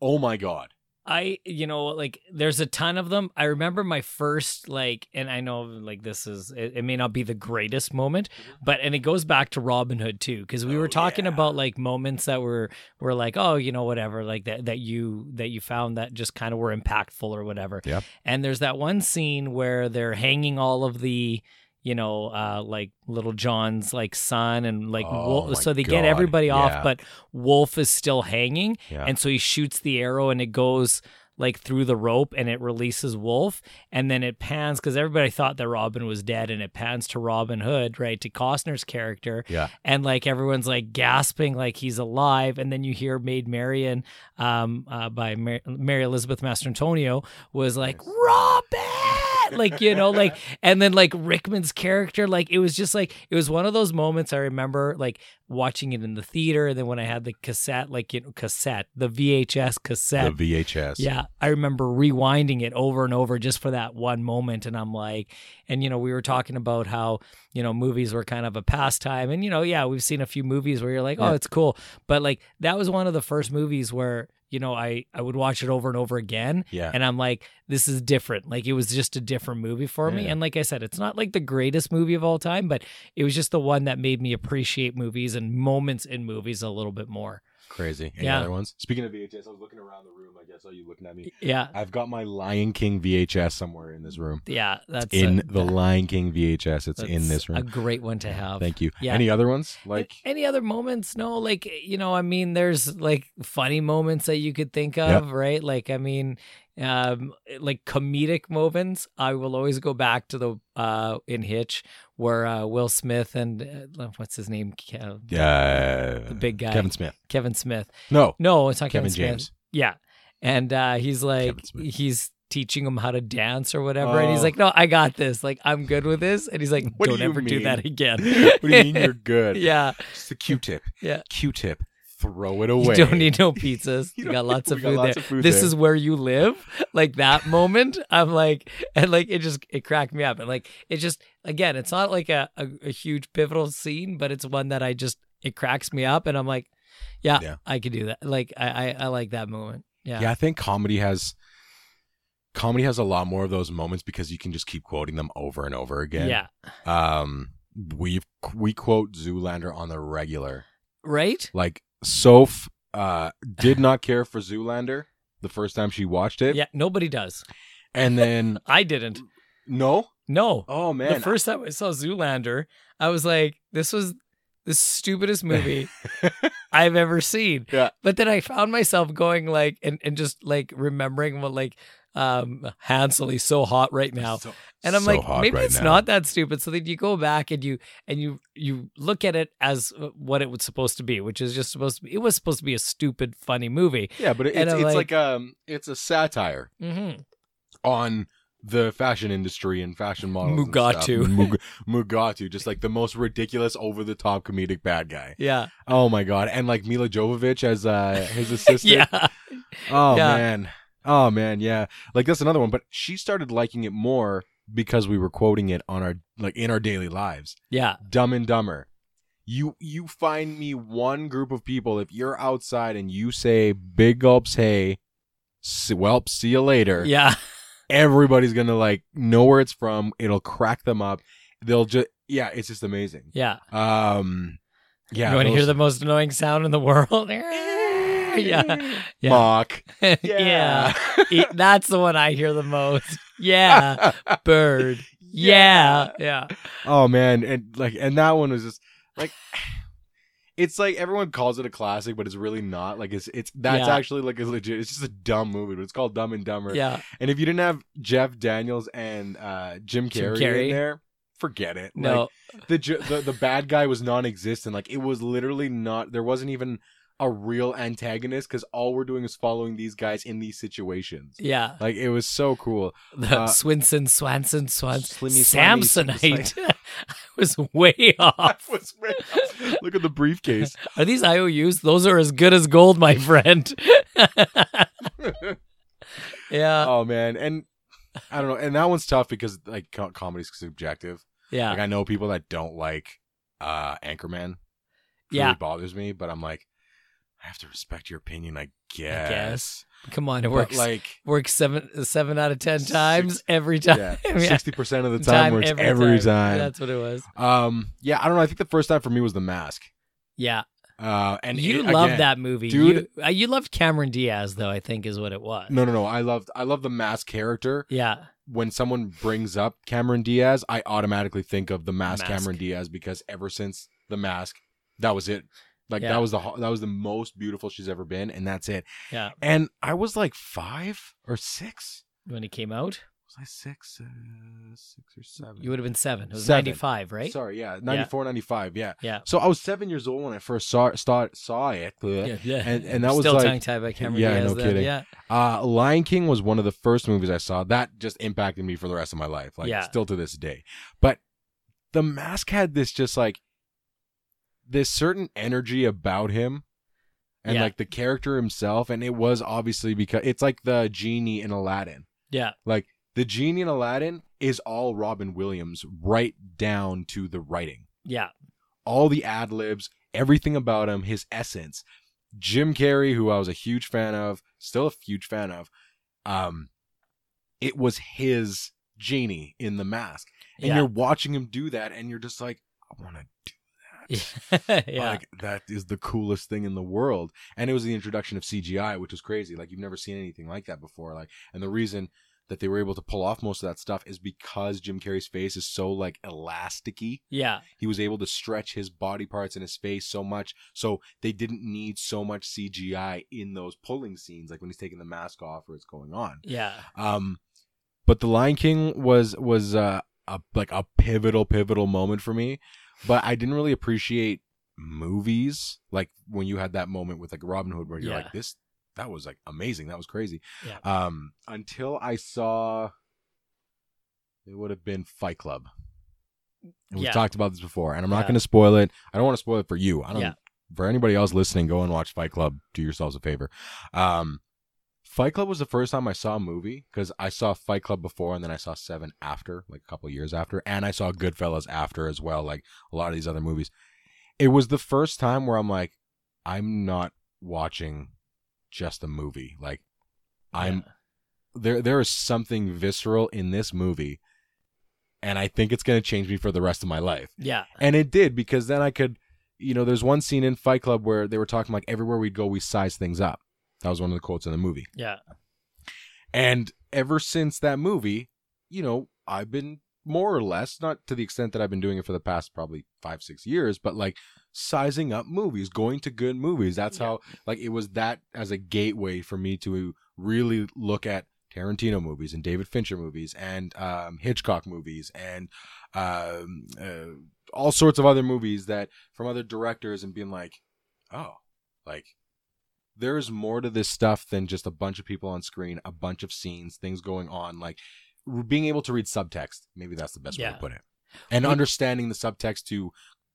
S1: oh my god,
S2: I, you know, like there's a ton of them. I remember my first, like, and I know, like, this is, it, it may not be the greatest moment, but, and it goes back to Robin Hood too, because we
S1: Mm-hmm. Oh,
S2: were talking
S1: yeah.
S2: about, like, moments that were, were like, oh, you know, whatever, like that, that you, that you found that just kind of were impactful or whatever.
S1: Yep.
S2: And there's that one scene where they're hanging all of the, you know, uh, like little John's like son and like
S1: Oh my
S2: Wolf, so they
S1: God,
S2: get everybody
S1: yeah.
S2: off, but Wolf is still hanging,
S1: yeah,
S2: and so he shoots the arrow and it goes like through the rope and it releases Wolf. And then it pans because everybody thought that Robin was dead and it pans to Robin Hood, right? To Costner's character.
S1: Yeah.
S2: And like everyone's like gasping like he's alive. And then you hear Maid Marian um, uh, by Mar- Mary Elizabeth Master Antonio was like,
S1: Nice. [laughs]
S2: Robin! like, you know, like, and then like Rickman's character, like, it was just like, it was one of those moments I remember like watching it in the theater. And then when I had the cassette, like, you know, cassette, the VHS cassette.
S1: the VHS,
S2: Yeah, I remember rewinding it over and over just for that one moment. And I'm like, and you know, we were talking about how, you know, movies were kind of a pastime. And, you know, yeah, we've seen a few movies where you're like, oh,
S1: Yeah.
S2: it's cool. But like, that was one of the first movies where, you know, I, I would watch it over and over again.
S1: yeah,
S2: And I'm like, this is different. Like, it was just a different movie for me.
S1: Yeah.
S2: And like I said, it's not like the greatest movie of all time, but it was just the one that made me appreciate movies and moments in movies a little bit more.
S1: Crazy. Any
S2: Yeah.
S1: other ones? Speaking of VHS, I was looking around the room. I guess. Are you looking at me?
S2: Yeah,
S1: I've got my Lion King VHS somewhere in this room.
S2: yeah. That's a-
S1: in the
S2: that-
S1: Lion King VHS. It's in
S2: that's
S1: this
S2: A
S1: room.
S2: great one to have.
S1: Thank you.
S2: Yeah.
S1: Any other ones?
S2: A-
S1: Like
S2: any other moments? No, like eh, you know, I mean, there's like funny moments that you could think of, right? Like, I mean, um, like comedic moments. I will always go back to the uh in Hitch where uh, Will Smith and uh, what's his name, Ke-
S1: uh,
S2: the big guy,
S1: Kevin Smith.
S2: Kevin Smith.
S1: No,
S2: No, it's not [laughs] Kevin,
S1: Kevin
S2: Smith.
S1: James.
S2: Yeah. And uh, he's like,
S1: Kevin Smith.
S2: he's teaching him how to dance or whatever. And he's
S1: Oh.
S2: like, no, I got this. Like, I'm good with this. And he's like,
S1: What do
S2: don't
S1: you
S2: ever do that
S1: mean?
S2: again.
S1: [laughs]
S2: [laughs]
S1: what do you mean you're good?
S2: yeah.
S1: It's the Q-tip.
S2: Yeah.
S1: Q-tip. Throw it
S2: You
S1: away.
S2: don't
S1: [laughs]
S2: need no pizzas.
S1: You
S2: You, got
S1: don't-
S2: lots of
S1: we got
S2: food
S1: lots
S2: there.
S1: of food
S2: this
S1: there.
S2: is where you live. Like that moment, I'm like, and like it just it cracked me up. And like it just again, it's not like a, a, a huge pivotal scene, but it's one that I just it cracks me up, and I'm like, yeah,
S1: Yeah.
S2: I could do that. Like I I, I like that moment. Yeah.
S1: Yeah. I think comedy has comedy has a lot more of those moments because you can just keep quoting them over and over again.
S2: Yeah.
S1: Um, we we quote Zoolander on the regular.
S2: Right.
S1: Like Soph uh, did not care for Zoolander the first time she watched it,
S2: Yeah, nobody does.
S1: and
S2: [laughs]
S1: then
S2: I didn't.
S1: no,
S2: No.
S1: oh man,
S2: the first time I saw Zoolander, I was like, this was the
S1: [laughs]
S2: stupidest movie I've ever seen.
S1: Yeah.
S2: But then I found myself going like and, and just like remembering what like um Hansel he's so hot right now.
S1: So-
S2: And I'm
S1: so
S2: like,
S1: hot
S2: maybe
S1: right
S2: it's
S1: now.
S2: not that stupid. So then you go back and you and you you look at it as uh, what it was supposed to be, which is just supposed to be it was supposed to be a stupid, funny movie.
S1: Yeah, but it's,
S2: And
S1: it's
S2: I'm
S1: like,
S2: like-
S1: um, it's a satire
S2: Mm-hmm.
S1: on the fashion industry and fashion models. and stuff.
S2: Mugatu.
S1: Mug- Mugatu, just like the most ridiculous, over the top comedic bad guy.
S2: Yeah.
S1: Oh my god! And like Mila Jovovich as uh, his assistant.
S2: [laughs] Yeah.
S1: Oh
S2: Yeah.
S1: man. Oh man. Yeah. Like that's another one. But she started liking it more because we were quoting it on our like in our daily lives.
S2: Yeah.
S1: Dumb and Dumber. You you find me one group of people if you're outside and you say big gulps hey, s- welp see you later.
S2: Yeah.
S1: Everybody's gonna like know where it's from. It'll crack them up. They'll just yeah. It's just amazing.
S2: Yeah.
S1: Um. Yeah.
S2: you want to hear
S1: those-
S2: the most annoying sound in the world? [laughs]
S1: [laughs]
S2: yeah. Yeah.
S1: Mock.
S2: [laughs] yeah.
S1: Yeah. [laughs]
S2: E- That's the one I hear the most. Yeah. Bird. [laughs] Yeah. Yeah.
S1: Oh man, and like and that one was just like it's like everyone calls it a classic, but it's really not. Like it's it's that's
S2: Yeah.
S1: actually like a legit it's just a dumb movie, but it's called Dumb and Dumber.
S2: Yeah.
S1: And if you didn't have Jeff Daniels and uh Jim Carrey,
S2: Carrey.
S1: in there, forget it.
S2: No.
S1: Like the, ju- the the bad guy was non existent. Like it was literally not there wasn't even a real antagonist because all we're doing is following these guys in these situations.
S2: Yeah.
S1: Like it was so cool.
S2: [laughs]
S1: [laughs]
S2: The
S1: Uh,
S2: Swinson, Swanson, Swanson.
S1: Slimmy, Slimmy,
S2: Samsonite. [laughs] I was
S1: [laughs]
S2: way
S1: That
S2: off.
S1: was great. Look at the briefcase.
S2: Are these IOUs? Those are as good as gold, my friend. [laughs] yeah.
S1: [laughs] oh man and i don't know and that one's tough because like co- comedy's subjective like
S2: Yeah.
S1: i know people that don't like uh anchorman
S2: Yeah.
S1: really bothers me but i'm like i have to respect your opinion i guess,
S2: guess. Come on. It
S1: But,
S2: works. Like,
S1: like
S2: works seven seven out of ten
S1: Six-
S2: times every [laughs] time.
S1: yeah
S2: Yeah.
S1: 60% of the time, works every time,
S2: That's what it was.
S1: um yeah i don't know i think the first time for me was the mask
S2: Yeah.
S1: uh and
S2: you
S1: it-
S2: love
S1: again-
S2: that movie,
S1: dude-
S2: You, uh, you loved Cameron Diaz, though. I think is what it was.
S1: no no no i loved i love the mask character
S2: Yeah.
S1: when someone brings up Cameron Diaz, I automatically think of the mask,
S2: Mask.
S1: Cameron Diaz because ever since the mask, that was it. Like
S2: Yeah.
S1: that was the ho- that was the most beautiful she's ever been, and that's it.
S2: Yeah.
S1: And I was like five or six.
S2: When he came out,
S1: Was I six, uh, six or seven?
S2: you would have been seven. It was
S1: Seven.
S2: ninety five, right?
S1: Sorry, yeah, 94, 95, yeah.
S2: Yeah.
S1: So I was seven years old when I first saw saw, saw it. uh,
S2: Yeah. Yeah.
S1: And- and that was
S2: still
S1: like-
S2: tongue tied by Cameron
S1: Yeah,
S2: Diaz.
S1: no
S2: then.
S1: kidding.
S2: Yeah.
S1: Uh, Lion King was one of the first movies I saw that just impacted me for the rest of my life, like
S2: Yeah.
S1: still to this day. But The Mask had this just like this certain energy about him and
S2: Yeah.
S1: like the character himself. And it was obviously because it's like the genie in Aladdin.
S2: Yeah.
S1: Like the genie in Aladdin is all Robin Williams, right down to the writing,
S2: Yeah.
S1: all the ad libs, everything about him, his essence. Jim Carrey, who I was a huge fan of, still a huge fan of, um, it was his genie in the mask. And
S2: Yeah.
S1: you're watching him do that, and you're just like, I want to do
S2: [laughs] yeah.
S1: Like that is the coolest thing in the world. And it was the introduction of CGI, which was crazy. Like you've never seen anything like that before. Like and the reason that they were able to pull off most of that stuff is because Jim Carrey's face is so like elasticy.
S2: yeah.
S1: He was able to stretch his body parts and his face so much, so they didn't need so much CGI in those pulling scenes, like when he's taking the mask off or it's going on.
S2: Yeah.
S1: Um, but The Lion King was was uh, a like a pivotal pivotal moment for me. But I didn't really appreciate movies like when you had that moment with like Robin Hood where you're
S2: Yeah.
S1: like this that was like amazing that was crazy.
S2: Yeah.
S1: Um, until I saw it would have been Fight Club. And we've
S2: Yeah.
S1: talked about this before, and I'm not
S2: Yeah.
S1: going to spoil it. I don't want to spoil it for you. I don't.
S2: Yeah.
S1: For anybody else listening, go and watch Fight Club. Do yourselves a favor. Um, Fight Club was the first time I saw a movie because I saw Fight Club before, and then I saw Seven after, like a couple years after, and I saw Goodfellas after as well, like a lot of these other movies. It was the first time where I'm like, I'm not watching just a movie. Like, I'm
S2: Yeah.
S1: there there is something visceral in this movie and i think it's going to change me for the rest of my life
S2: Yeah.
S1: and it did because then i could you know there's one scene in fight club where they were talking like everywhere we'd go we size things up that was one of the quotes in the movie
S2: Yeah.
S1: and ever since that movie you know i've been more or less not to the extent that i've been doing it for the past probably five six years but like sizing up movies going to good movies that's
S2: Yeah.
S1: how like it was that as a gateway for me to really look at Tarantino movies and David Fincher movies and um, Hitchcock movies and um, uh, all sorts of other movies that from other directors and being like, oh, like there is more to this stuff than just a bunch of people on screen, a bunch of scenes, things going on. Like r- being able to read subtext, maybe that's the best way
S2: Yeah.
S1: to put it, and
S2: Well-
S1: understanding the subtext to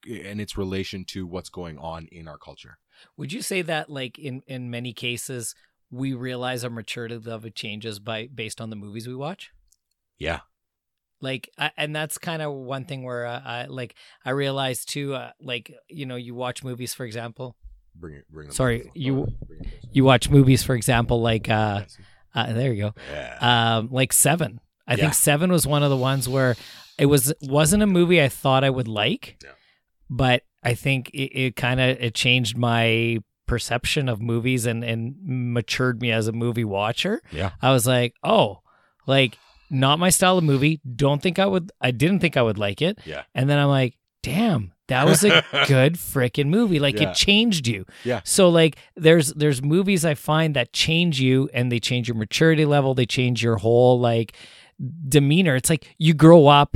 S1: eh, and its relation to what's going on in our culture.
S2: Would you say that like in in many cases we realize our maturity level changes by based on the movies we watch?
S1: Yeah.
S2: Like I, and that's kind of one thing where uh, I like I realized too uh, like you know you watch movies for example.
S1: Bring it. Bring the
S2: Sorry,
S1: microphone
S2: you-
S1: forward. Bring it closer.
S2: You watch movies for example like uh, uh there you go.
S1: yeah.
S2: um, like Seven. I
S1: Yeah.
S2: think Seven was one of the ones where it was wasn't a movie I thought I would like,
S1: Yeah.
S2: but I think it, it kind of it changed my perception of movies and and matured me as a movie watcher.
S1: Yeah.
S2: I was like, oh, like not my style of movie. Don't think I would. I didn't think I would like it.
S1: Yeah.
S2: and then I'm like, damn. That
S1: [laughs]
S2: was a good freaking movie. Like
S1: Yeah.
S2: it changed you.
S1: Yeah.
S2: So like there's there's movies I find that change you and they change your maturity level, they change your whole like demeanor. It's like you grow up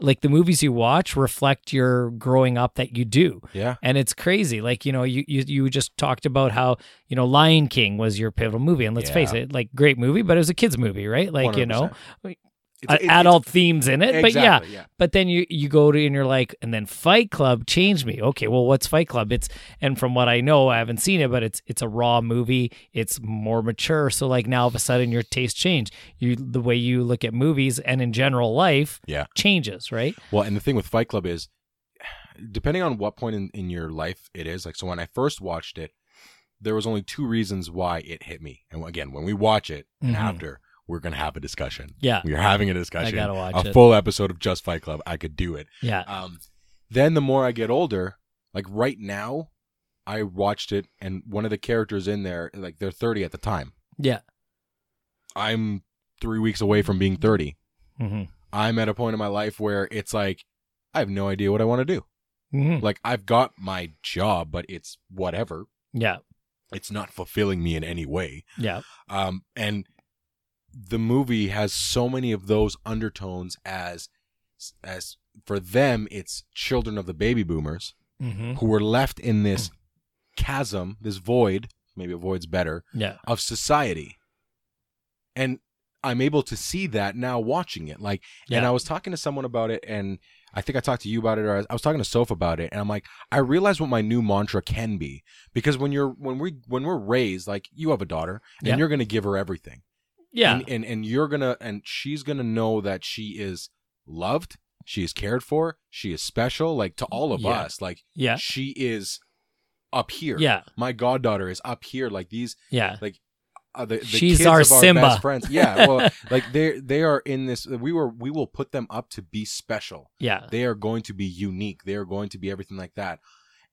S2: like the movies you watch reflect your growing up that you do.
S1: Yeah.
S2: And it's crazy. Like, you know, you you, you just talked about how, you know, Lion King was your pivotal movie. And let's
S1: Yeah.
S2: face it, like great movie, but it was a kids movie, right? Like, you know,
S1: 100%.
S2: like,
S1: It's-
S2: uh,
S1: it- it's-
S2: adult themes in it. But yeah,
S1: exactly, yeah.
S2: but then you you go to and you're like, and then Fight Club changed me. Okay, well, what's Fight Club? It's and from what I know, I haven't seen it, but it's it's a raw movie. It's more mature. So like now, all of a sudden, your taste change. You the way you look at movies and in general life,
S1: Yeah.
S2: changes, right?
S1: Well, and the thing with Fight Club is, depending on what point in, in your life it is, like, so when I first watched it, there was only two reasons why it hit me. And again, when we watch it and
S2: Mhm.
S1: after, we're going to have a discussion.
S2: Yeah,
S1: We're having a
S2: I
S1: discussion.
S2: gotta watch
S1: a
S2: it.
S1: full episode of Just Fight Club. I could do it.
S2: yeah,
S1: Um, then the more I get older, like right now, I watched it, and one of the characters in there, like they're 30 at the time.
S2: yeah.
S1: I'm three weeks away from being 30.
S2: hmm
S1: I'm at a point in my life where it's like, I have no idea what I want to do.
S2: hmm
S1: Like I've got my job, but it's whatever.
S2: Yeah,
S1: It's not fulfilling me in any way.
S2: yeah,
S1: Um, and the movie has so many of those undertones as as for them, it's children of the baby boomers
S2: hmm
S1: who were left in this chasm, this void, maybe a void's better,
S2: yeah,
S1: of society. And I'm able to see that now watching it. Like, and
S2: Yeah.
S1: I was talking to someone about it, and I think I talked to you about it, or I was, I was talking to Soph about it, and I'm like, I realize what my new mantra can be because when you're when we when we're raised, like you have a daughter, and
S2: Yeah.
S1: you're gonna give her everything,
S2: yeah.
S1: and, and and you're gonna and she's gonna know that she is loved, she is cared for, she is special, like to all of
S2: Yeah.
S1: us, like
S2: yeah,
S1: she is up here.
S2: yeah,
S1: my goddaughter is up here. Like these
S2: yeah,
S1: uh, the, the
S2: She's
S1: kids
S2: our
S1: of our
S2: Simba.
S1: best friends. Yeah,
S2: [laughs]
S1: well, like they they are in this. We were we will put them up to be special.
S2: yeah.
S1: They are going to be unique. They are going to be everything like that.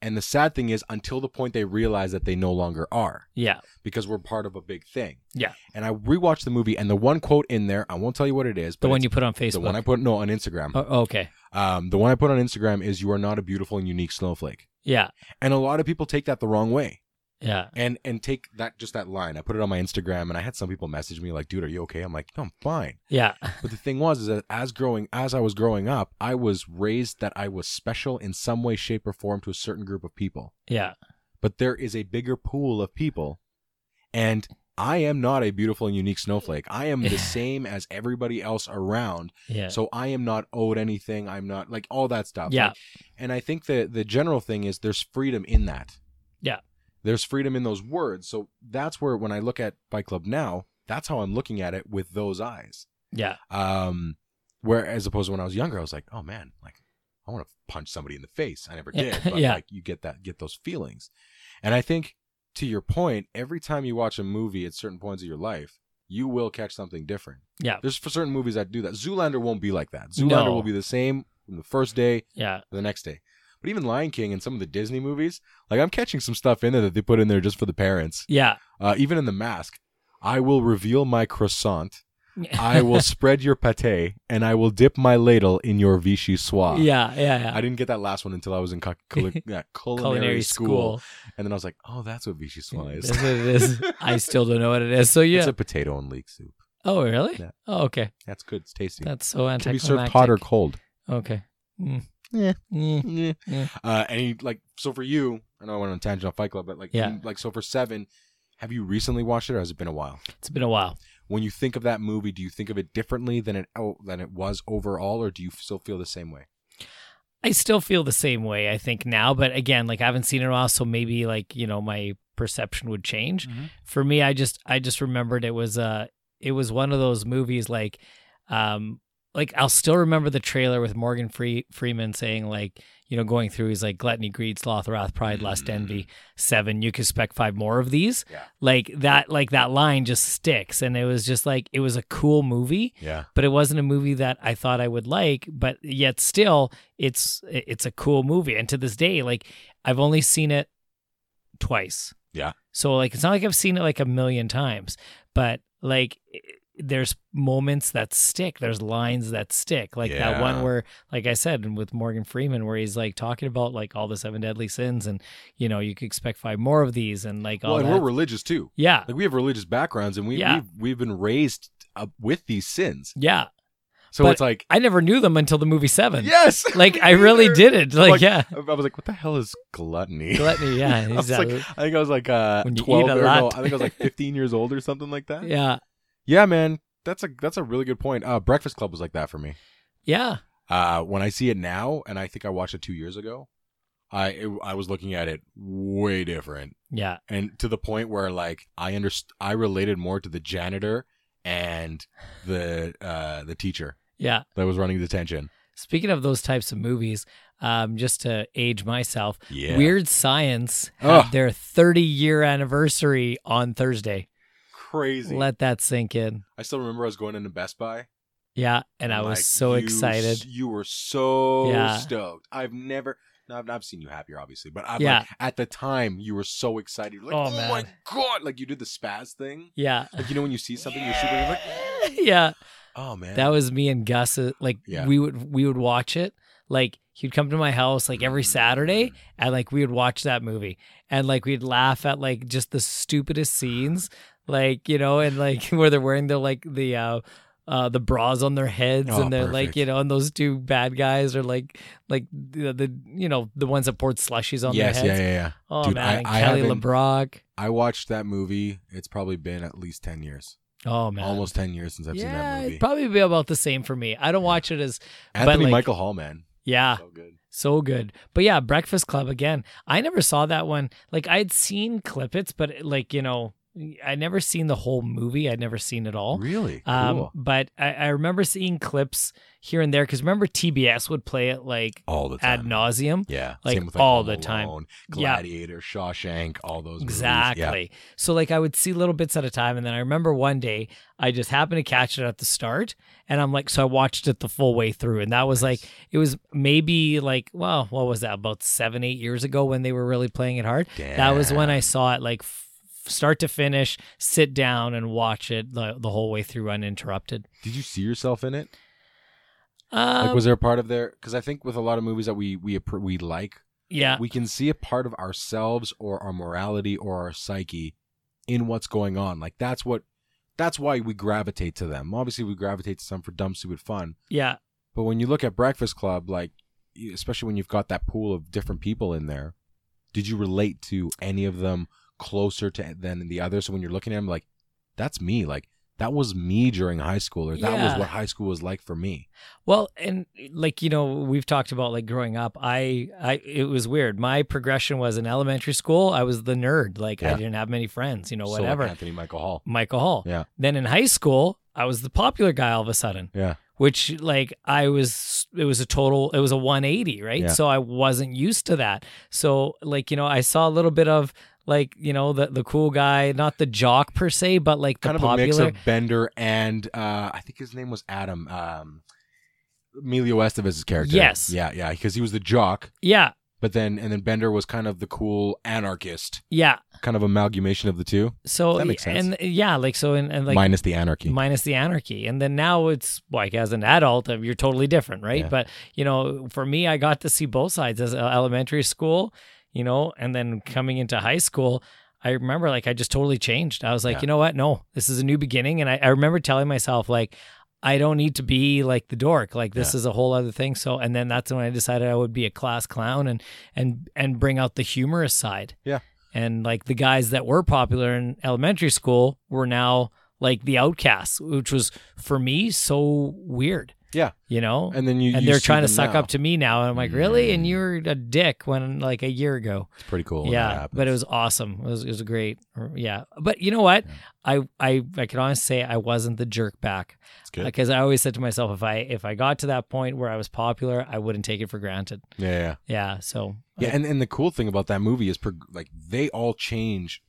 S1: And the sad thing is, until the point they realize that they no longer are,
S2: Yeah.
S1: because we're part of a big thing.
S2: Yeah.
S1: And I rewatched the movie, and the one quote in there, I won't tell you what it is, but
S2: The one
S1: it's
S2: you put on Facebook.
S1: the one I put no on Instagram.
S2: oh, okay.
S1: Um, the one I put on Instagram is "You are not a beautiful and unique snowflake,"
S2: Yeah.
S1: and a lot of people take that the wrong way.
S2: Yeah.
S1: and and take that just that line. I put it on my Instagram, and I had some people message me like, "Dude, are you okay?" I'm like, "No, I'm fine."
S2: Yeah.
S1: But the thing was is that as growing as I was growing up, I was raised that I was special in some way, shape, or form to a certain group of people.
S2: Yeah.
S1: But there is a bigger pool of people, and I am not a beautiful and unique snowflake. I am
S2: [laughs]
S1: the same as everybody else around.
S2: Yeah.
S1: So uh, I am not owed anything. I'm not like all that stuff.
S2: Yeah.
S1: Like, and I think the the general thing is there's freedom in that.
S2: Yeah.
S1: There's freedom in those words. So that's where when I look at Fight Club now, that's how I'm looking at it with those eyes.
S2: yeah.
S1: Um where as opposed to when I was younger, I was like, oh man, like I want to punch somebody in the face. I never
S2: Yeah. [laughs]
S1: did. But
S2: Yeah.
S1: like you get that get those feelings. And I think to your point, every time you watch a movie at certain points of your life, you will catch something different.
S2: Yeah.
S1: There's for certain movies that do that. Zoolander won't be like that. Zoolander
S2: No.
S1: will be the same from the first day
S2: Yeah.
S1: the next day. But even Lion King and some of the Disney movies, like I'm catching some stuff in there that they put in there just for the parents.
S2: Yeah.
S1: Uh, even in the mask, I will reveal my croissant. I will spread your pate, and I will dip my ladle in your Vichy soie.
S2: [laughs] Yeah. Yeah. Yeah.
S1: I didn't get that last one until I was in cu-
S2: [laughs]
S1: culi- yeah, culinary, school. and then I was like, "Oh, that's what Vichy soie
S2: That's
S1: is. [laughs]
S2: what it is. I still don't know what it is. So yeah.
S1: It's a potato and leek soup.
S2: oh really?
S1: Yeah.
S2: Oh okay.
S1: That's good. It's tasty.
S2: That's so
S1: It Can be
S2: anticlimactic.
S1: served hot or cold.
S2: Okay. Mm.
S1: Yeah.
S2: Mm.
S1: Yeah.
S2: [laughs] Yeah.
S1: [laughs] Uh, and he, like, so for you, I know I went on a tangent on Fight Club, but like,
S2: Yeah.
S1: you- like, so for seven, have you recently watched it, or has it been a while?
S2: It's been a while.
S1: When you think of that movie, do you think of it differently than it oh, than it was overall, or do you still feel the same way?
S2: I still feel the same way, I think, now. But again, like I haven't seen it in a while, so maybe like, you know, my perception would change. For me, I just I just remembered it was uh it was one of those movies like um like I'll still remember the trailer with Morgan Free- Freeman saying like, you know, going through he's like gluttony, greed, sloth, wrath, pride, lust,
S1: Mhm.
S2: envy, seven, you can expect five more of these.
S1: Yeah.
S2: Like that like that line just sticks. And it was just like it was a cool movie
S1: Yeah,
S2: but it wasn't a movie that I thought I would like. But yet still, it's it's a cool movie, and to this day, like I've only seen it twice.
S1: Yeah.
S2: So like it's not like I've seen it like a million times, but like i- there's moments that stick. There's lines that stick. Like that
S1: Yeah.
S2: one where, like I said, and with Morgan Freeman, where he's like talking about like all the seven deadly sins, and you know you could expect five more of these, and like all
S1: well, and
S2: that.
S1: we're religious too.
S2: yeah.
S1: Like we have religious backgrounds, and we
S2: Yeah.
S1: we've, we've been raised up with these sins,
S2: Yeah.
S1: so
S2: But-
S1: it's like
S2: I never knew them until the movie Seven.
S1: yes, [laughs]
S2: Like
S1: Me
S2: I really
S1: neither.
S2: didn't. Like,
S1: Like,
S2: yeah.
S1: I I was like, what the hell is
S2: [laughs]
S1: gluttony?
S2: Gluttony, yeah,
S1: [laughs] I was like-
S2: exactly.
S1: I think I was like uh,
S2: When you eat
S1: twelve
S2: a
S1: or no,
S2: lot.
S1: I think I was like fifteen years old or something like that.
S2: yeah,
S1: Yeah, man, that's a that's a really good point. Uh, Breakfast Club was like that for me.
S2: yeah,
S1: Uh, when I see it now, and I think I watched it two years ago, I it- I was looking at it way different,
S2: yeah,
S1: and to the point where like I underst- I related more to the janitor and the uh the teacher
S2: yeah.
S1: that was running detention.
S2: Speaking of those types of movies, um, just to age myself,
S1: Yeah, Ah.
S2: Weird Science had
S1: Ugh.
S2: their 30 year anniversary on Thursday.
S1: crazy.
S2: Let that sink in.
S1: I still remember I was going into Best Buy,
S2: Yeah, and I was
S1: like,
S2: so
S1: you-
S2: excited.
S1: You were so
S2: Yeah.
S1: stoked. I've never. No, I've, I've seen you happier, obviously, but I'm
S2: Yeah.
S1: like, at the time you were so excited. You're like,
S2: Oh,
S1: oh, my
S2: man.
S1: god! Like you did the spaz thing.
S2: Yeah,
S1: Like you know when you see something, you're super. You're like,
S2: [laughs] yeah.
S1: oh man,
S2: That was me and Gus. uh, Like
S1: Yeah.
S2: we would we would watch it. Like he'd come to my house like
S1: Mm.
S2: every Saturday, and like we would watch that movie, and like we'd laugh at like just the stupidest scenes, like you know, and like [laughs] where they're wearing the like the uh, uh the bras on their heads,
S1: Oh,
S2: and they're like
S1: perfect.
S2: you know, and those two bad guys are like like the, the you know the ones that poured slushies on
S1: yes,
S2: their
S1: yeah,
S2: heads.
S1: yeah, yeah.
S2: Oh
S1: Dude, I-
S2: man, and
S1: I
S2: Kelly
S1: haven't-
S2: LeBrock.
S1: I watched that movie. It's probably been at least ten years,
S2: Oh man,
S1: almost ten years since I've seen
S2: yeah,
S1: that
S2: it'd
S1: movie.
S2: probably be about the same for me. I don't
S1: Yeah.
S2: watch it as
S1: Anthony
S2: like- Ah.
S1: Michael Hall, man,
S2: yeah.
S1: so good.
S2: So good. But yeah, Breakfast Club again. I never saw that one. Like I'd seen clippets, but like, you know, I never seen the whole movie. I'd never seen it all.
S1: Really?
S2: Um,
S1: cool.
S2: But I, I remember seeing clips here and there because remember TBS would play it like
S1: All the time.
S2: ad nauseum.
S1: yeah.
S2: like,
S1: Same with Home
S2: all the time.
S1: Alone,
S2: Yeah.
S1: Gladiator, Shawshank, all those movies. Yeah.
S2: Exactly. So like I would see little bits at a time, and then I remember one day I just happened to catch it at the start, and I'm like, so I watched it the full way through, and that was like it was maybe like well, what was that about seven eight years ago when they were really playing it hard. That was when I saw it like f- start to finish, sit down and watch it the, the whole way through uninterrupted.
S1: Did you see yourself in it?
S2: Um,
S1: Like, was there a part of there? Because I think with a lot of movies that we we appro- we like,
S2: yeah.
S1: we can see a part of ourselves or our morality or our psyche in what's going on. Like that's what that's why we gravitate to them. Obviously, we gravitate to some for dumb, stupid fun.
S2: yeah.
S1: But when you look at Breakfast Club, like you- especially when you've got that pool of different people in there, did you relate to any of them closer to than the others? So when you're looking at them, like that's me. Like that was me during high school, or that
S2: Yeah.
S1: was what high school was like for me.
S2: Well, and like you know, we've talked about like growing up. I, I, it was weird. My progression was in elementary school. I was the nerd. Like I
S1: Yeah.
S2: didn't have many friends. You know,
S1: So, like,
S2: whatever.
S1: Anthony Michael Hall.
S2: Michael Hall.
S1: Yeah.
S2: Then in high school, I was the popular guy all of a sudden.
S1: Yeah.
S2: Which like I was. It was a total. It was a 180, right?
S1: Yeah.
S2: So I wasn't used to that. So like you know, I saw a little bit of like you know the the cool guy, not the jock per se, but like the
S1: kind of
S2: popular.
S1: a mix of Bender and uh, I think his name was Adam. Um, Emilio Estevez's character.
S2: Yes.
S1: Yeah, yeah, because he was the jock,
S2: yeah.
S1: but then and then Bender was kind of the cool anarchist,
S2: Yeah.
S1: kind of amalgamation of the two,
S2: So
S1: That makes sense.
S2: and yeah, like so and, and like
S1: minus the anarchy.
S2: minus the anarchy and then now it's like as an adult uh, you're totally different right
S1: Yeah.
S2: but you know for me i got to see both sides as uh, elementary school you know and then coming into high school i remember like i just totally changed i was like
S1: Yeah.
S2: you know what no this is a new beginning and i, I remember telling myself like I don't need to be like the dork. Like this
S1: Yeah.
S2: is a whole other thing. So, and then that's when I decided I would be a class clown and and and bring out the humorous side.
S1: Yeah.
S2: And like the guys that were popular in elementary school were now like the outcasts, which was for me so weird.
S1: Yeah.
S2: You know? And,
S1: and then you you
S2: they're
S1: see
S2: trying to
S1: them
S2: suck
S1: now.
S2: up to me now. And I'm like, really? And
S1: Mm.
S2: you were a dick when like a year ago.
S1: It's pretty cool. when that
S2: yeah.
S1: happens.
S2: But it was awesome. It was, it was great. Yeah. But you know what?
S1: Yeah.
S2: I, I, I can honestly say I wasn't the jerk back
S1: It's good.
S2: because I always said to myself, if I, if I got to that point where I was popular, I wouldn't take it for granted.
S1: yeah, yeah,
S2: Yeah. So
S1: yeah. And and the cool thing about that movie is prog- like they all change.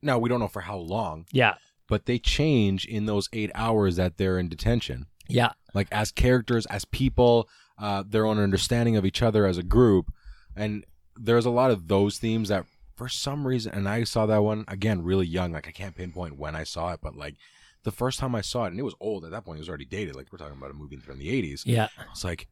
S1: Now we don't know for how long,
S2: yeah.
S1: but they change in those eight hours that they're in detention.
S2: Yeah.
S1: like as characters, as people, uh, their own understanding of each other as a group, and there's a lot of those themes that for some reason, and I saw that one again really young. Like I can't pinpoint when I saw it, but like the first time I saw it, and it was old at that point. It was already dated. Like we're talking about a movie from the '80s.
S2: Yeah.
S1: I was like,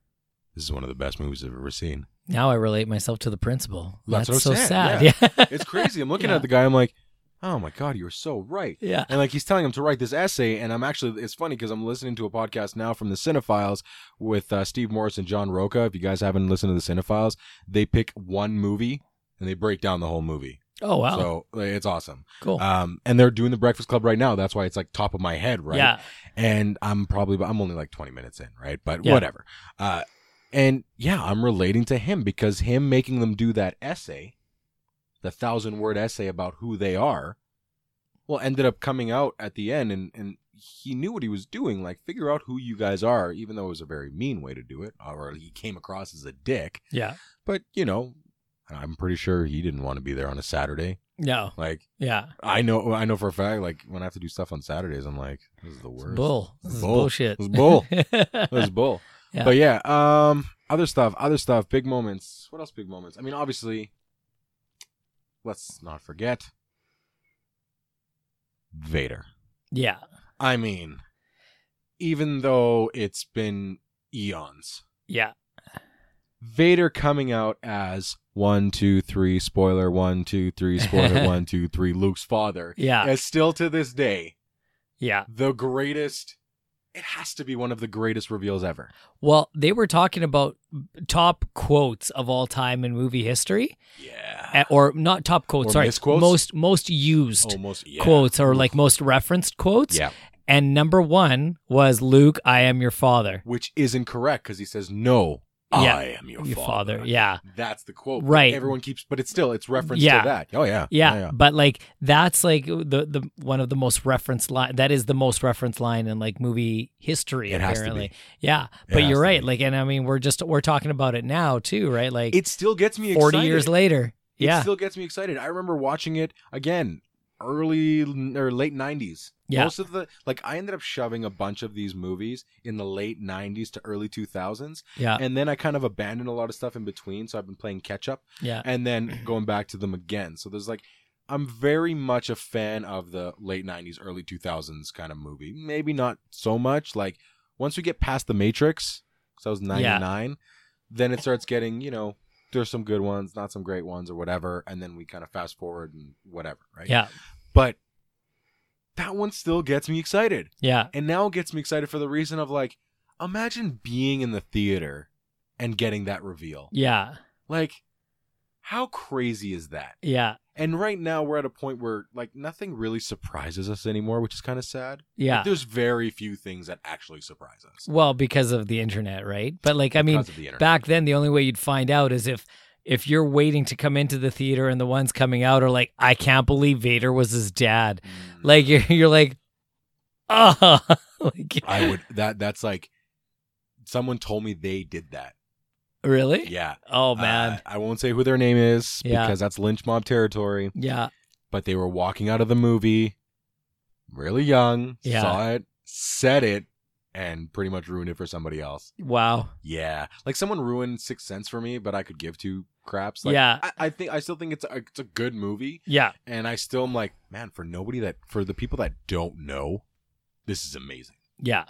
S1: this is one of the best movies I've ever seen.
S2: Now I relate myself to the principal.
S1: That's
S2: That's, so
S1: what I'm
S2: sad.
S1: saying,
S2: [laughs] Yeah.
S1: It's crazy. I'm looking
S2: Yeah.
S1: at the guy. I'm like, oh my god, you're so right.
S2: yeah.
S1: And like he's telling him to write this essay, and I'm actually it's funny because I'm listening to a podcast now from the Cinephiles with uh, Steve Morris and John Roca. If you guys haven't listened to the Cinephiles, they pick one movie and they break down the whole movie.
S2: Oh, wow.
S1: So like, it's awesome.
S2: cool.
S1: Um, and they're doing the Breakfast Club right now. That's why it's like top of my head, right?
S2: Yeah.
S1: And I'm probably I'm only like 20 minutes in, right? But
S2: Yeah.
S1: whatever. Uh, and yeah, I'm relating to him because him making them do that essay, the thousand word essay about who they are, well, ended up coming out at the end, and and he knew what he was doing. Like figure out who you guys are, even though it was a very mean way to do it, or he came across as a dick.
S2: Yeah.
S1: But you know, I'm pretty sure he didn't want to be there on a Saturday.
S2: No.
S1: Like
S2: Yeah.
S1: I know, I know for a fact. Like when I have to do stuff on Saturdays, I'm like, this is the
S2: It's
S1: worst.
S2: bull. This is
S1: Bull.
S2: bullshit.
S1: It's
S2: [laughs]
S1: bull. It was
S2: yeah.
S1: bull.
S2: Yeah.
S1: But yeah, um, other stuff, other stuff, big moments. What else? Big moments. I mean, obviously, let's not forget Vader.
S2: Yeah.
S1: I mean, even though it's been eons, Vader coming out as one, two, three, spoiler, one, two, three, spoiler, one, two, three, Luke's father,
S2: Yeah.
S1: is still to this day
S2: Yeah.
S1: the greatest. It has to be one of the greatest reveals ever.
S2: Well, they were talking about top quotes of all time in movie history,
S1: Yeah.
S2: eh, or not top quotes.
S1: Or
S2: sorry,
S1: misquotes?
S2: most most used
S1: Almost. Yeah.
S2: quotes, or like most referenced quotes.
S1: Yeah.
S2: And number one was Luke, "I am your father."
S1: Which is incorrect because he says, No,
S2: Yeah.
S1: I am your,
S2: your
S1: father.
S2: father. Yeah.
S1: That's the quote. but
S2: Right.
S1: Everyone keeps, but it's still it's reference
S2: Yeah.
S1: to that. Oh yeah.
S2: yeah, but like that's like the the one of the most referenced line that is the most referenced line in like movie history
S1: It has to
S2: apparently
S1: be.
S2: yeah
S1: It
S2: but
S1: has
S2: you're
S1: to
S2: right
S1: be.
S2: like and i mean we're just we're talking about it now too right like
S1: It still gets me
S2: 40
S1: excited.
S2: years later
S1: It
S2: yeah
S1: still gets me excited. I remember watching it again early or late 90s.
S2: Yeah.
S1: Most of the like I ended up shoving a bunch of these movies in the late 90s to early 2000s
S2: yeah
S1: and then I kind of abandoned a lot of stuff in between so I've been playing catch up
S2: yeah
S1: and then going back to them again. So there's like I'm very much a fan of the late 90s early 2000s kind of movie. Maybe not so much like once we get past the Matrix cuz I was 99, then it starts getting, you know, there's some good ones, not some great ones or whatever, and then we kind of fast forward and whatever, right?
S2: yeah
S1: But that one still gets me excited.
S2: yeah
S1: And now it gets me excited for the reason of like imagine being in the theater and getting that reveal.
S2: yeah
S1: Like, how crazy is that?
S2: yeah
S1: And right now we're at a point where like nothing really surprises us anymore, which is kind of sad.
S2: yeah
S1: There's very few things that actually surprise us.
S2: well because of the internet right but like i mean
S1: because of the internet.
S2: back then the only way you'd find out is if if you're waiting to come into the theater and the ones coming out are like i can't believe vader was his dad
S1: Mm.
S2: like you're, you're like oh [laughs] like,
S1: I would that that's like someone told me they did
S2: [laughs]
S1: that.
S2: really
S1: Yeah.
S2: oh man
S1: Uh, I won't say who their name is
S2: Yeah.
S1: because that's lynch mob territory.
S2: yeah
S1: But they were walking out of the movie really young,
S2: Yeah.
S1: saw it, said it, and pretty much ruined it for somebody else.
S2: wow
S1: Yeah, like someone ruined Sixth Sense for me, but I could give two craps. Like,
S2: Yeah.
S1: I, I think I still think it's a, it's a good movie,
S2: yeah
S1: and I still am like, man, for nobody that for the people that don't know, this is amazing.
S2: yeah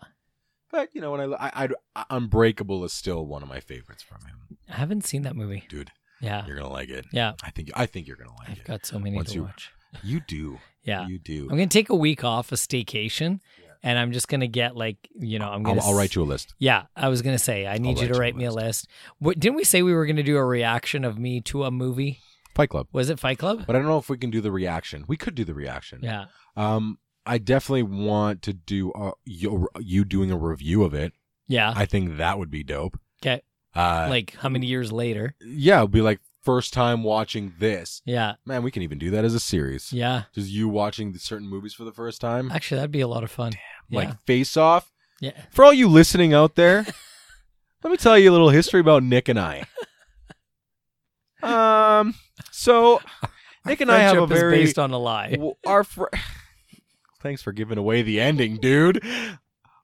S1: But you know, when I, I, I Unbreakable is still one of my favorites from him,
S2: i haven't seen that movie
S1: dude.
S2: yeah
S1: You're gonna like it.
S2: yeah
S1: I think I think you're gonna like
S2: i've
S1: it.
S2: got so many
S1: Once
S2: to
S1: you-
S2: watch
S1: you do,
S2: yeah
S1: you do.
S2: i'm gonna take a week off a staycation
S1: Yeah.
S2: and i'm just gonna get like you know i'm
S1: I'll,
S2: gonna
S1: I'll write you a list.
S2: Yeah, I was gonna say I need
S1: write
S2: you to
S1: you a
S2: write me a list. What, didn't we say we were gonna do a reaction of me to a movie?
S1: Fight Club.
S2: Was it Fight Club?
S1: But I don't know if we can do the reaction. We could do the reaction.
S2: Yeah,
S1: Um, I definitely want to do uh, you, you doing a review of it.
S2: yeah.
S1: I think that would be dope.
S2: 'Kay.
S1: Uh,
S2: like how many years later?
S1: yeah, it'd be like first time watching this.
S2: Yeah,
S1: Man, we can even do that as a series.
S2: yeah. Uh,
S1: Just you watching the certain movies for the first time,
S2: Actually, that'd be a lot of fun.
S1: Hmm. like Face Off.
S2: yeah, yeah.
S1: For all you listening out
S2: [laughs]
S1: there, let me tell you a little history about Nick and I. Um, so Nick and I have a
S2: Friendship is
S1: very
S2: based on a lie.
S1: w- our fr- thanks for giving away the ending, dude.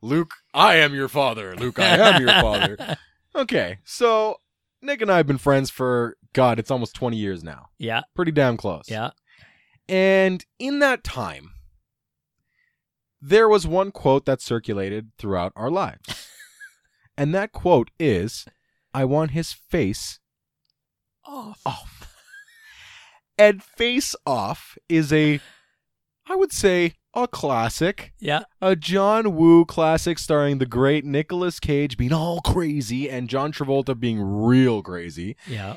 S1: Luke, I am your father. Luke, I am your father. Okay, so Nick and I have been friends for God, it's almost twenty years now.
S2: [laughs] yeah,
S1: Pretty damn close.
S2: yeah,
S1: And in that time, there was one quote that circulated throughout our lives. and that quote is I want his face off. and Face Off is a, I would say, a classic.
S2: yeah,
S1: A John Woo classic starring the great Nicolas Cage being all crazy and John Travolta being real crazy
S2: yeah,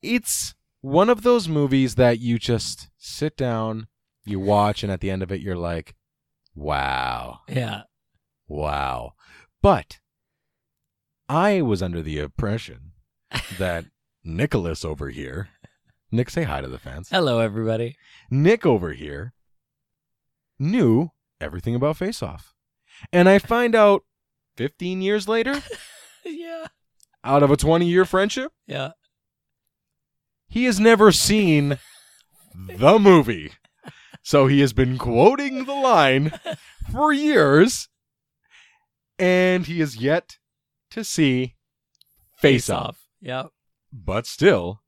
S1: it's one of those movies that you just sit down, you watch, and at the end of it, you're like, wow,
S2: yeah.
S1: wow. But I was under the impression that Nicholas over here, Nick, say hi to the fans.
S2: Hello, everybody.
S1: Nick over here knew everything about Face Off. And I find out 15 years later,
S2: yeah,
S1: out of a 20 year friendship,
S2: yeah.
S1: he has never seen the movie. So he has been quoting the line for years, and he is yet to see Face Off.
S2: Yeah,
S1: But still,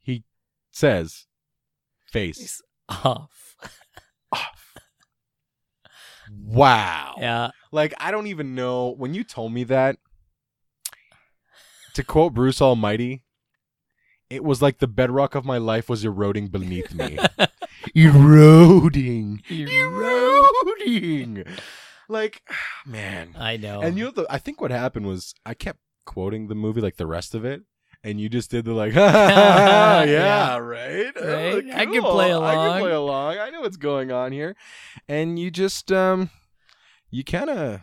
S1: he says Face
S2: face off.
S1: Off. Wow.
S2: Yeah,
S1: Like, I don't even know. When you told me that, to quote Bruce Almighty, it was like the bedrock of my life was eroding beneath me. eroding. Eroding. Like, [sighs] man.
S2: I know.
S1: And you know, the, I think what happened was I kept quoting the movie, like the rest of it. And you just did the like, [laughs] yeah,
S2: [laughs] Yeah.
S1: right. Oh,
S2: Right? I can
S1: cool.
S2: play
S1: I
S2: along."
S1: can play along. I know what's going on here, and you just um, you kind of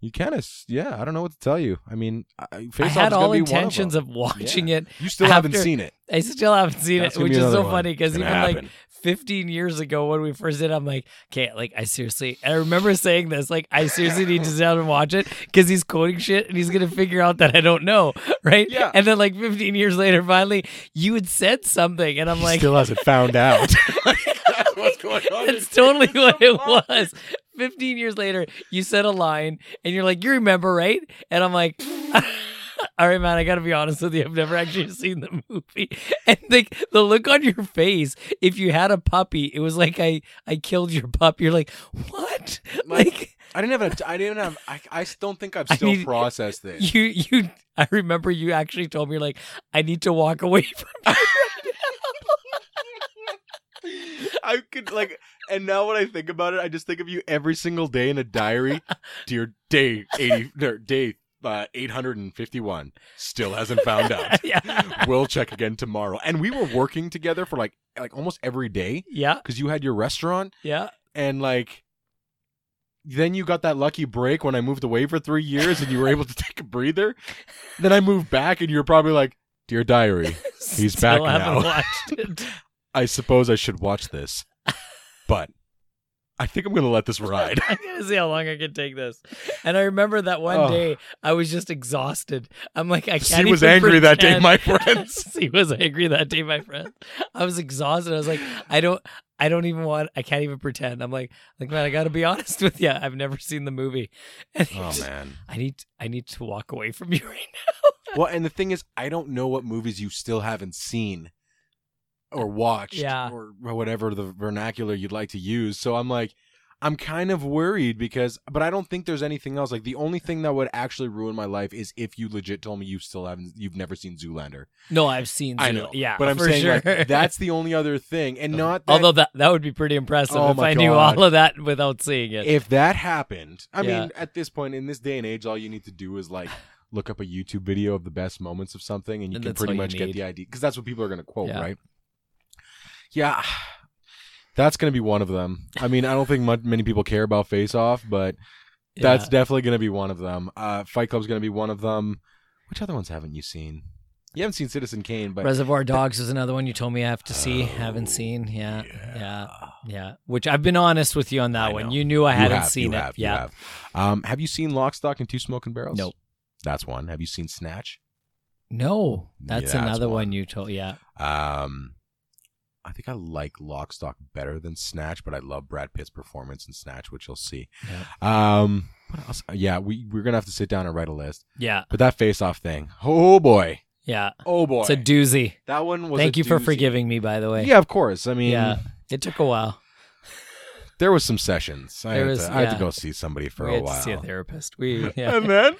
S1: You kind of, yeah. I don't know what to tell you. I mean, I, Face
S2: I
S1: Off
S2: had
S1: is gonna
S2: all
S1: be
S2: intentions
S1: One
S2: of, watching it.
S1: of them. You still haven't
S2: after-
S1: seen it.
S2: I still haven't seen
S1: That's
S2: it,
S1: gonna be
S2: which is
S1: another
S2: so
S1: one.
S2: funny because
S1: It's
S2: even
S1: gonna
S2: like
S1: happen.
S2: 15 years ago when we first did, I'm like, okay, like I seriously, and I remember saying this, like I seriously need to sit down and watch it because he's quoting shit and he's gonna figure out that I don't know, [laughs] right?
S1: Yeah.
S2: And then like 15 years later, finally, you had said something, and I'm
S1: He
S2: like,
S1: still hasn't
S2: [laughs]
S1: found out. That's [laughs] what's going on.
S2: That's totally what it was. 15 years later, you said a line and you're like, You remember, right? And I'm like, [laughs] All right, man, I got to be honest with you. I've never actually seen the movie. [laughs] And the, the look on your face, if you had a puppy, it was like I, I killed your pup. You're like, What?
S1: My- [laughs]
S2: like,
S1: I didn't have. A, I didn't have. I, I don't think I've
S2: I
S1: still
S2: need-
S1: processed this.
S2: [laughs] you, you, I remember you actually told me, you're like, I need to walk away [laughs] from you.
S1: I could like, and now when I think about it, I just think of you every single day in a
S2: [laughs]
S1: diary. Dear day eighty, no, day uh, eight hundred and fifty-one still hasn't found
S2: [laughs]
S1: out.
S2: [laughs] yeah.
S1: we'll check again tomorrow. And we were working together for like like almost every day
S2: Yeah.
S1: because you had your restaurant
S2: Yeah.
S1: and like. Then you got that lucky break when I moved away for three years and you were able to [laughs] take a breather. Then I moved back and you were probably like, Dear diary, He's back
S2: Still haven't
S1: now.
S2: watched it.
S1: I suppose I should watch
S2: [laughs]
S1: this, but I think I'm going to let this ride.
S2: I'm gonna see how long [laughs] I can take this. And I remember that one
S1: Oh.
S2: day I was just exhausted. I'm like, I can't.
S1: She was
S2: even
S1: angry that day,
S2: pretend. [laughs]
S1: my friends.
S2: she was angry that day, my friend. I was exhausted. I was like, I don't, I don't even want. I can't even pretend. I'm like, like man, I gotta be [laughs] honest with you. I've never seen the movie. [laughs] And he
S1: Oh
S2: just- [laughs]
S1: man.
S2: I need, I need to walk away from you [laughs] right now.
S1: Well, and the thing is, I don't know what movies you still haven't seen or watched
S2: Yeah.
S1: or whatever the vernacular you'd like to use. So I'm like, I'm kind of worried because, but I don't think there's anything else. Like the only thing that would actually ruin my life is if you legit told me you still haven't, you've never seen Zoolander.
S2: No, I've seen.
S1: I
S2: Zool-
S1: know,
S2: Yeah,
S1: but I'm
S2: for
S1: saying
S2: sure. [laughs]
S1: like, that's the only other thing, and not that
S2: Although that that would be pretty impressive
S1: Oh
S2: if
S1: my
S2: I knew
S1: God.
S2: all of that without seeing it.
S1: if that happened, I
S2: Yeah.
S1: mean, at this point in this day and age, all you need to do is
S2: [sighs]
S1: like look up a YouTube video of the best moments of something, and you
S2: And
S1: can
S2: that's
S1: pretty
S2: all you
S1: much get
S2: need.
S1: the idea because that's what people are going to quote,
S2: Yeah.
S1: right? Yeah, [sighs] that's going to be one of them. I mean, I don't think much, many people care about Face Off, but that's definitely going to be one of them. Uh, Fight Club's going to be one of them. Which other ones haven't you seen? You haven't seen Citizen Kane, but
S2: Reservoir Dogs was another one you told me I have to see. haven't
S1: Oh,
S2: seen. Yeah, yeah. Yeah. Which I've been honest with you on that
S1: I
S2: one.
S1: know.
S2: You knew I
S1: you
S2: hadn't
S1: have,
S2: seen
S1: you
S2: it.
S1: Have,
S2: yeah.
S1: You have. Um, have you seen Lock, Stock, and Two Smoking Barrels?
S2: Nope.
S1: That's one. Have you seen Snatch?
S2: No.
S1: Yeah,
S2: That's
S1: that's
S2: another one.
S1: one.
S2: you told yeah.
S1: Um, I think I like Lock, Stock better than Snatch, but I love Brad Pitt's performance in Snatch, which you'll see. Um, what else? Yeah, we we're gonna have to sit down and write a list.
S2: Yeah.
S1: But that face off thing, oh boy,
S2: Yeah.
S1: oh boy,
S2: It's a doozy.
S1: that one was.
S2: Thank
S1: a
S2: you for
S1: doozy.
S2: forgiving me, by the way.
S1: Yeah, of course. I mean,
S2: Yeah. It took a while.
S1: there was some sessions. I,
S2: There
S1: had,
S2: was-
S1: to, I had to
S2: yeah.
S1: go see somebody [laughs] for
S2: we
S1: a
S2: had
S1: while.
S2: to see a therapist.
S1: [laughs]
S2: We [laughs] yeah.
S1: And then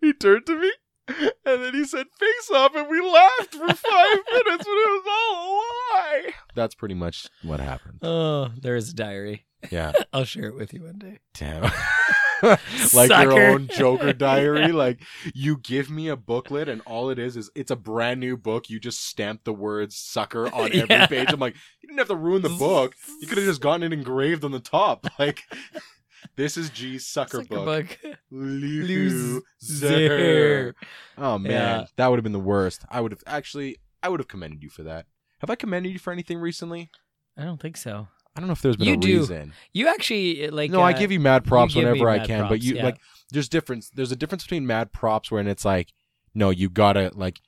S1: he turned to me and then he said face off and we laughed for
S2: [laughs]
S1: five minutes, but it was all a lie. That's pretty much what happened.
S2: oh, there is a diary. [laughs]
S1: Yeah.
S2: I'll share it with you one day.
S1: Damn. [laughs] like your
S2: Sucker.
S1: own
S2: [laughs]
S1: Joker diary.
S2: Yeah.
S1: Like you give me a booklet and all it is is it's a brand new book. You just stamp the word sucker
S2: [laughs]
S1: on every
S2: Yeah.
S1: page. I'm like, you didn't have to ruin the book. You could have just gotten it engraved on the top. [laughs] Like this is G's sucker,
S2: Sucker
S1: book.
S2: book.
S1: Loser.
S2: Loser.
S1: Oh man,
S2: Yeah.
S1: that would have been the worst. I would have actually, I would have commended you for that. Have I commended you for anything recently?
S2: I don't think so.
S1: I don't know if there's been
S2: You
S1: a
S2: do.
S1: reason.
S2: You actually like
S1: no, I
S2: uh,
S1: give you mad props
S2: give me
S1: whenever I
S2: mad
S1: can, but
S2: props,
S1: you
S2: yeah.
S1: like there's difference. There's a difference between mad props when it's like, no, you gotta like,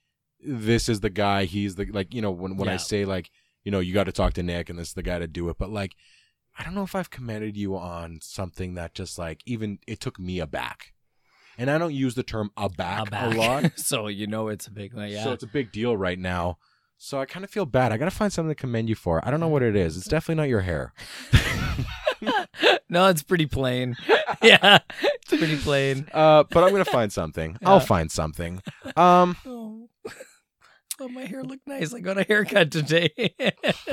S1: this is the guy. He's the like, you know, when when I
S2: Yeah.
S1: say like, you know, you got to talk to Nick, and this is the guy to do it. But like, I don't know if I've commended you on something that just like even it took me aback, and I don't use the term aback,
S2: back.
S1: a lot.
S2: [laughs] so you know it's a big one. Uh, Yeah.
S1: So it's a big deal right now. So I kind of feel bad. I got to find something to commend you for. I don't know what it is. It's definitely not your hair.
S2: [laughs] no, it's pretty plain. [laughs]
S1: [laughs]
S2: yeah, [laughs] it's pretty plain.
S1: Uh, but I'm going to find
S2: [laughs]
S1: something.
S2: Yeah.
S1: I'll find something. Um,
S2: Oh. Oh, my hair looked nice. I got a haircut today.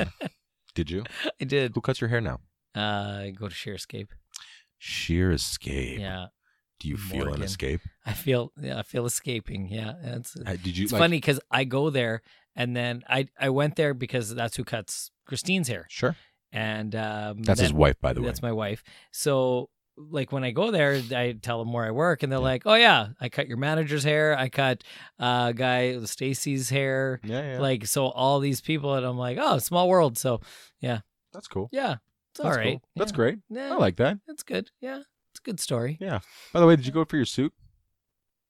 S2: [laughs]
S1: did you?
S2: I did.
S1: Who cuts your hair now?
S2: Uh, go to Sheer Escape.
S1: Sheer escape.
S2: Yeah,
S1: Do you feel an
S2: Morgan.
S1: escape?
S2: I feel. Yeah, I feel escaping. Yeah, that's.
S1: Uh, did you?
S2: It's
S1: like-
S2: funny because I go there and then I I went there because that's who cuts Christine's hair
S1: Sure.
S2: and um,
S1: That's
S2: then-
S1: his wife, by the way.
S2: That's my wife. So like when I go there, I tell them where I work, and they're like, "Oh yeah, I cut your manager's hair. I cut uh guy Stacy's hair.
S1: Yeah, yeah.
S2: Like so, all these people, and I'm like, oh, small world. So
S1: that's cool.
S2: yeah, it's all
S1: That's
S2: right.
S1: Cool. That's
S2: Yeah.
S1: great.
S2: Yeah,
S1: I like that.
S2: that's good. Yeah, it's a good story.
S1: By the way, did you go for your suit?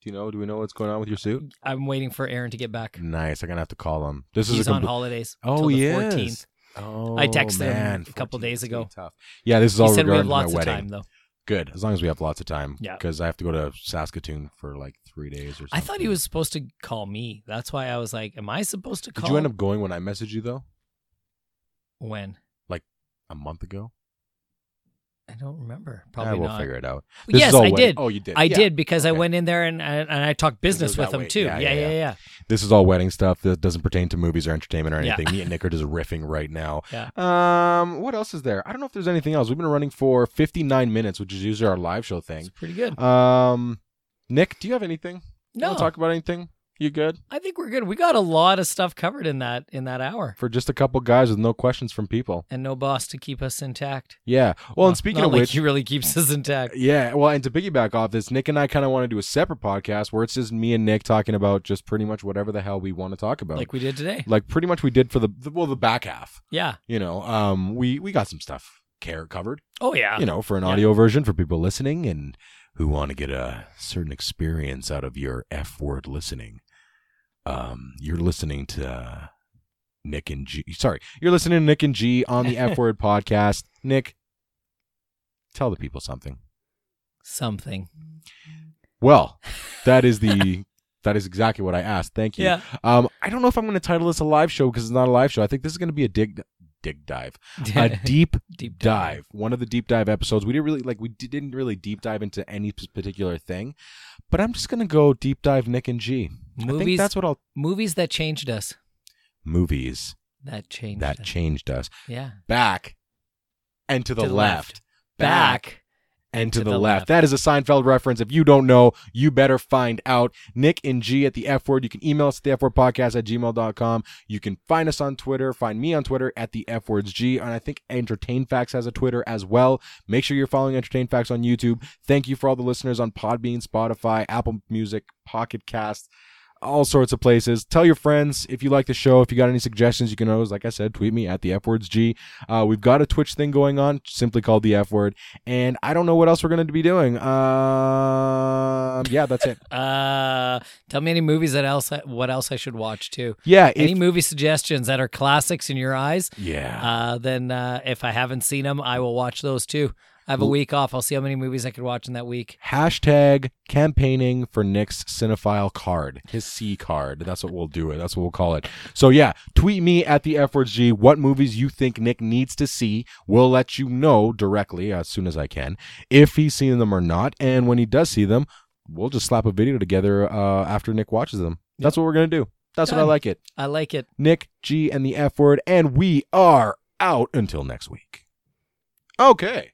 S1: Do you know? Do we know what's going on with your suit?
S2: I'm waiting for Aaron to get back.
S1: Nice. I'm gonna have to call him. This
S2: He's
S1: is a
S2: on
S1: compl-
S2: holidays.
S1: Oh,
S2: till the
S1: yes.
S2: 14th.
S1: Oh,
S2: I texted him
S1: man,
S2: a couple
S1: 14th,
S2: days
S1: that's gonna
S2: ago.
S1: be Tough. Yeah, this is all
S2: he said we
S1: regarding
S2: have
S1: my
S2: lots of
S1: wedding.
S2: time though.
S1: Good, as long as we have lots of time.
S2: Yeah.
S1: because I have to go to Saskatoon for like three days or. something.
S2: I thought he was supposed to call me. That's why I was like, "Am I supposed to
S1: Did
S2: call?"
S1: you end up going when I messaged you though?
S2: when?
S1: A month ago.
S2: I don't remember.
S1: Ah,
S2: Probably
S1: we'll
S2: not.
S1: figure it out. This
S2: Yes,
S1: is all
S2: I
S1: wedding-
S2: did.
S1: Oh, you did.
S2: I
S1: Yeah.
S2: did because I
S1: Okay.
S2: went in there and and, and I talked business
S1: Go
S2: with
S1: that
S2: them
S1: way.
S2: too.
S1: Yeah,
S2: Yeah,
S1: yeah,
S2: yeah, yeah.
S1: This is all wedding stuff that doesn't pertain to movies or entertainment or
S2: Yeah.
S1: anything. Me and Nick are just riffing right now.
S2: Yeah.
S1: Um, what else is there? I don't know if there's anything else. We've been running for 59 minutes, which is usually our live show
S2: It's
S1: thing.
S2: pretty good.
S1: Um, Nick, do you have anything?
S2: No,
S1: Wanna talk about anything? You good?
S2: I think we're good. We got a lot of stuff covered in that in that hour,
S1: For just a couple guys with no questions from people.
S2: and no boss to keep us intact.
S1: Yeah. Well,
S2: Not-
S1: and speaking
S2: not
S1: of
S2: like
S1: which,
S2: he really keeps us
S1: [laughs]
S2: intact.
S1: yeah. Well, and to piggyback off this, Nick and I kind of want to do a separate podcast where it's just me and Nick talking about just pretty much whatever the hell we want to talk about.
S2: Like we did today.
S1: like pretty much we did for the, the well the back half.
S2: Yeah.
S1: you know um we we got some stuff care covered
S2: Oh yeah.
S1: you know for an
S2: Yeah.
S1: audio version for people listening and who want to get a certain experience out of your f word listening um you're listening to uh, nick and g sorry you're listening to nick and g on
S2: [laughs]
S1: the f word podcast nick tell the people something
S2: Something.
S1: well that is
S2: [laughs]
S1: the that is exactly what i asked thank you
S2: Yeah.
S1: um i don't know if i'm going to title this a live show because it's not a live show i think this is going to be a dig dig dive a deep
S2: [laughs] Deep
S1: dive. One of the deep dive episodes. We didn't really like we d- didn't really deep dive into any p- particular thing, but I'm just gonna go deep dive Nick and G. I think
S2: Movies.
S1: that's what I'll
S2: Movies that changed us.
S1: movies
S2: That changed.
S1: that
S2: us.
S1: changed us
S2: Yeah.
S1: back and to the,
S2: To the
S1: left.
S2: left.
S1: back.
S2: Back.
S1: And to, the, left. That is a Seinfeld reference. If you don't know, you better find out. Nick and G at the F word. You can email us at the F word podcast at gmail.com. You can find us on Twitter. Find me on Twitter at the F words G. And I think Entertain Facts has a Twitter as well. Make sure you're following Entertain Facts on YouTube. Thank you for all the listeners on Podbean, Spotify, Apple Music, Pocket Cast. All sorts of places. Tell your friends if you like the show. If you got any suggestions, you can always, like I said, tweet me at the F words G. Uh, we've got a Twitch thing going on, simply called the F word and I don't know what else we're going to be doing. Um, yeah, that's it.
S2: Uh, tell me any movies that else what else I should watch too.
S1: [laughs] Yeah,
S2: Any
S1: if-
S2: movie suggestions that are classics in your eyes?
S1: yeah.
S2: Uh, then uh, if I haven't seen them, I will watch those too. I have a
S1: L-
S2: week off. I'll see how many movies I could watch in that week.
S1: Hashtag campaigning for Nick's cinephile card, his C card. That's what we'll do it. That's what we'll call it. So yeah, tweet me at the F words G what movies you think Nick needs to see. We'll let you know directly as soon as I can if he's seen them or not, and when he does see them, we'll just slap a video together uh, after Nick watches them. That's what we're gonna do. That's what I
S2: Done.
S1: like it.
S2: I like it.
S1: Nick, G, and the F word, and we are out until next week. Okay.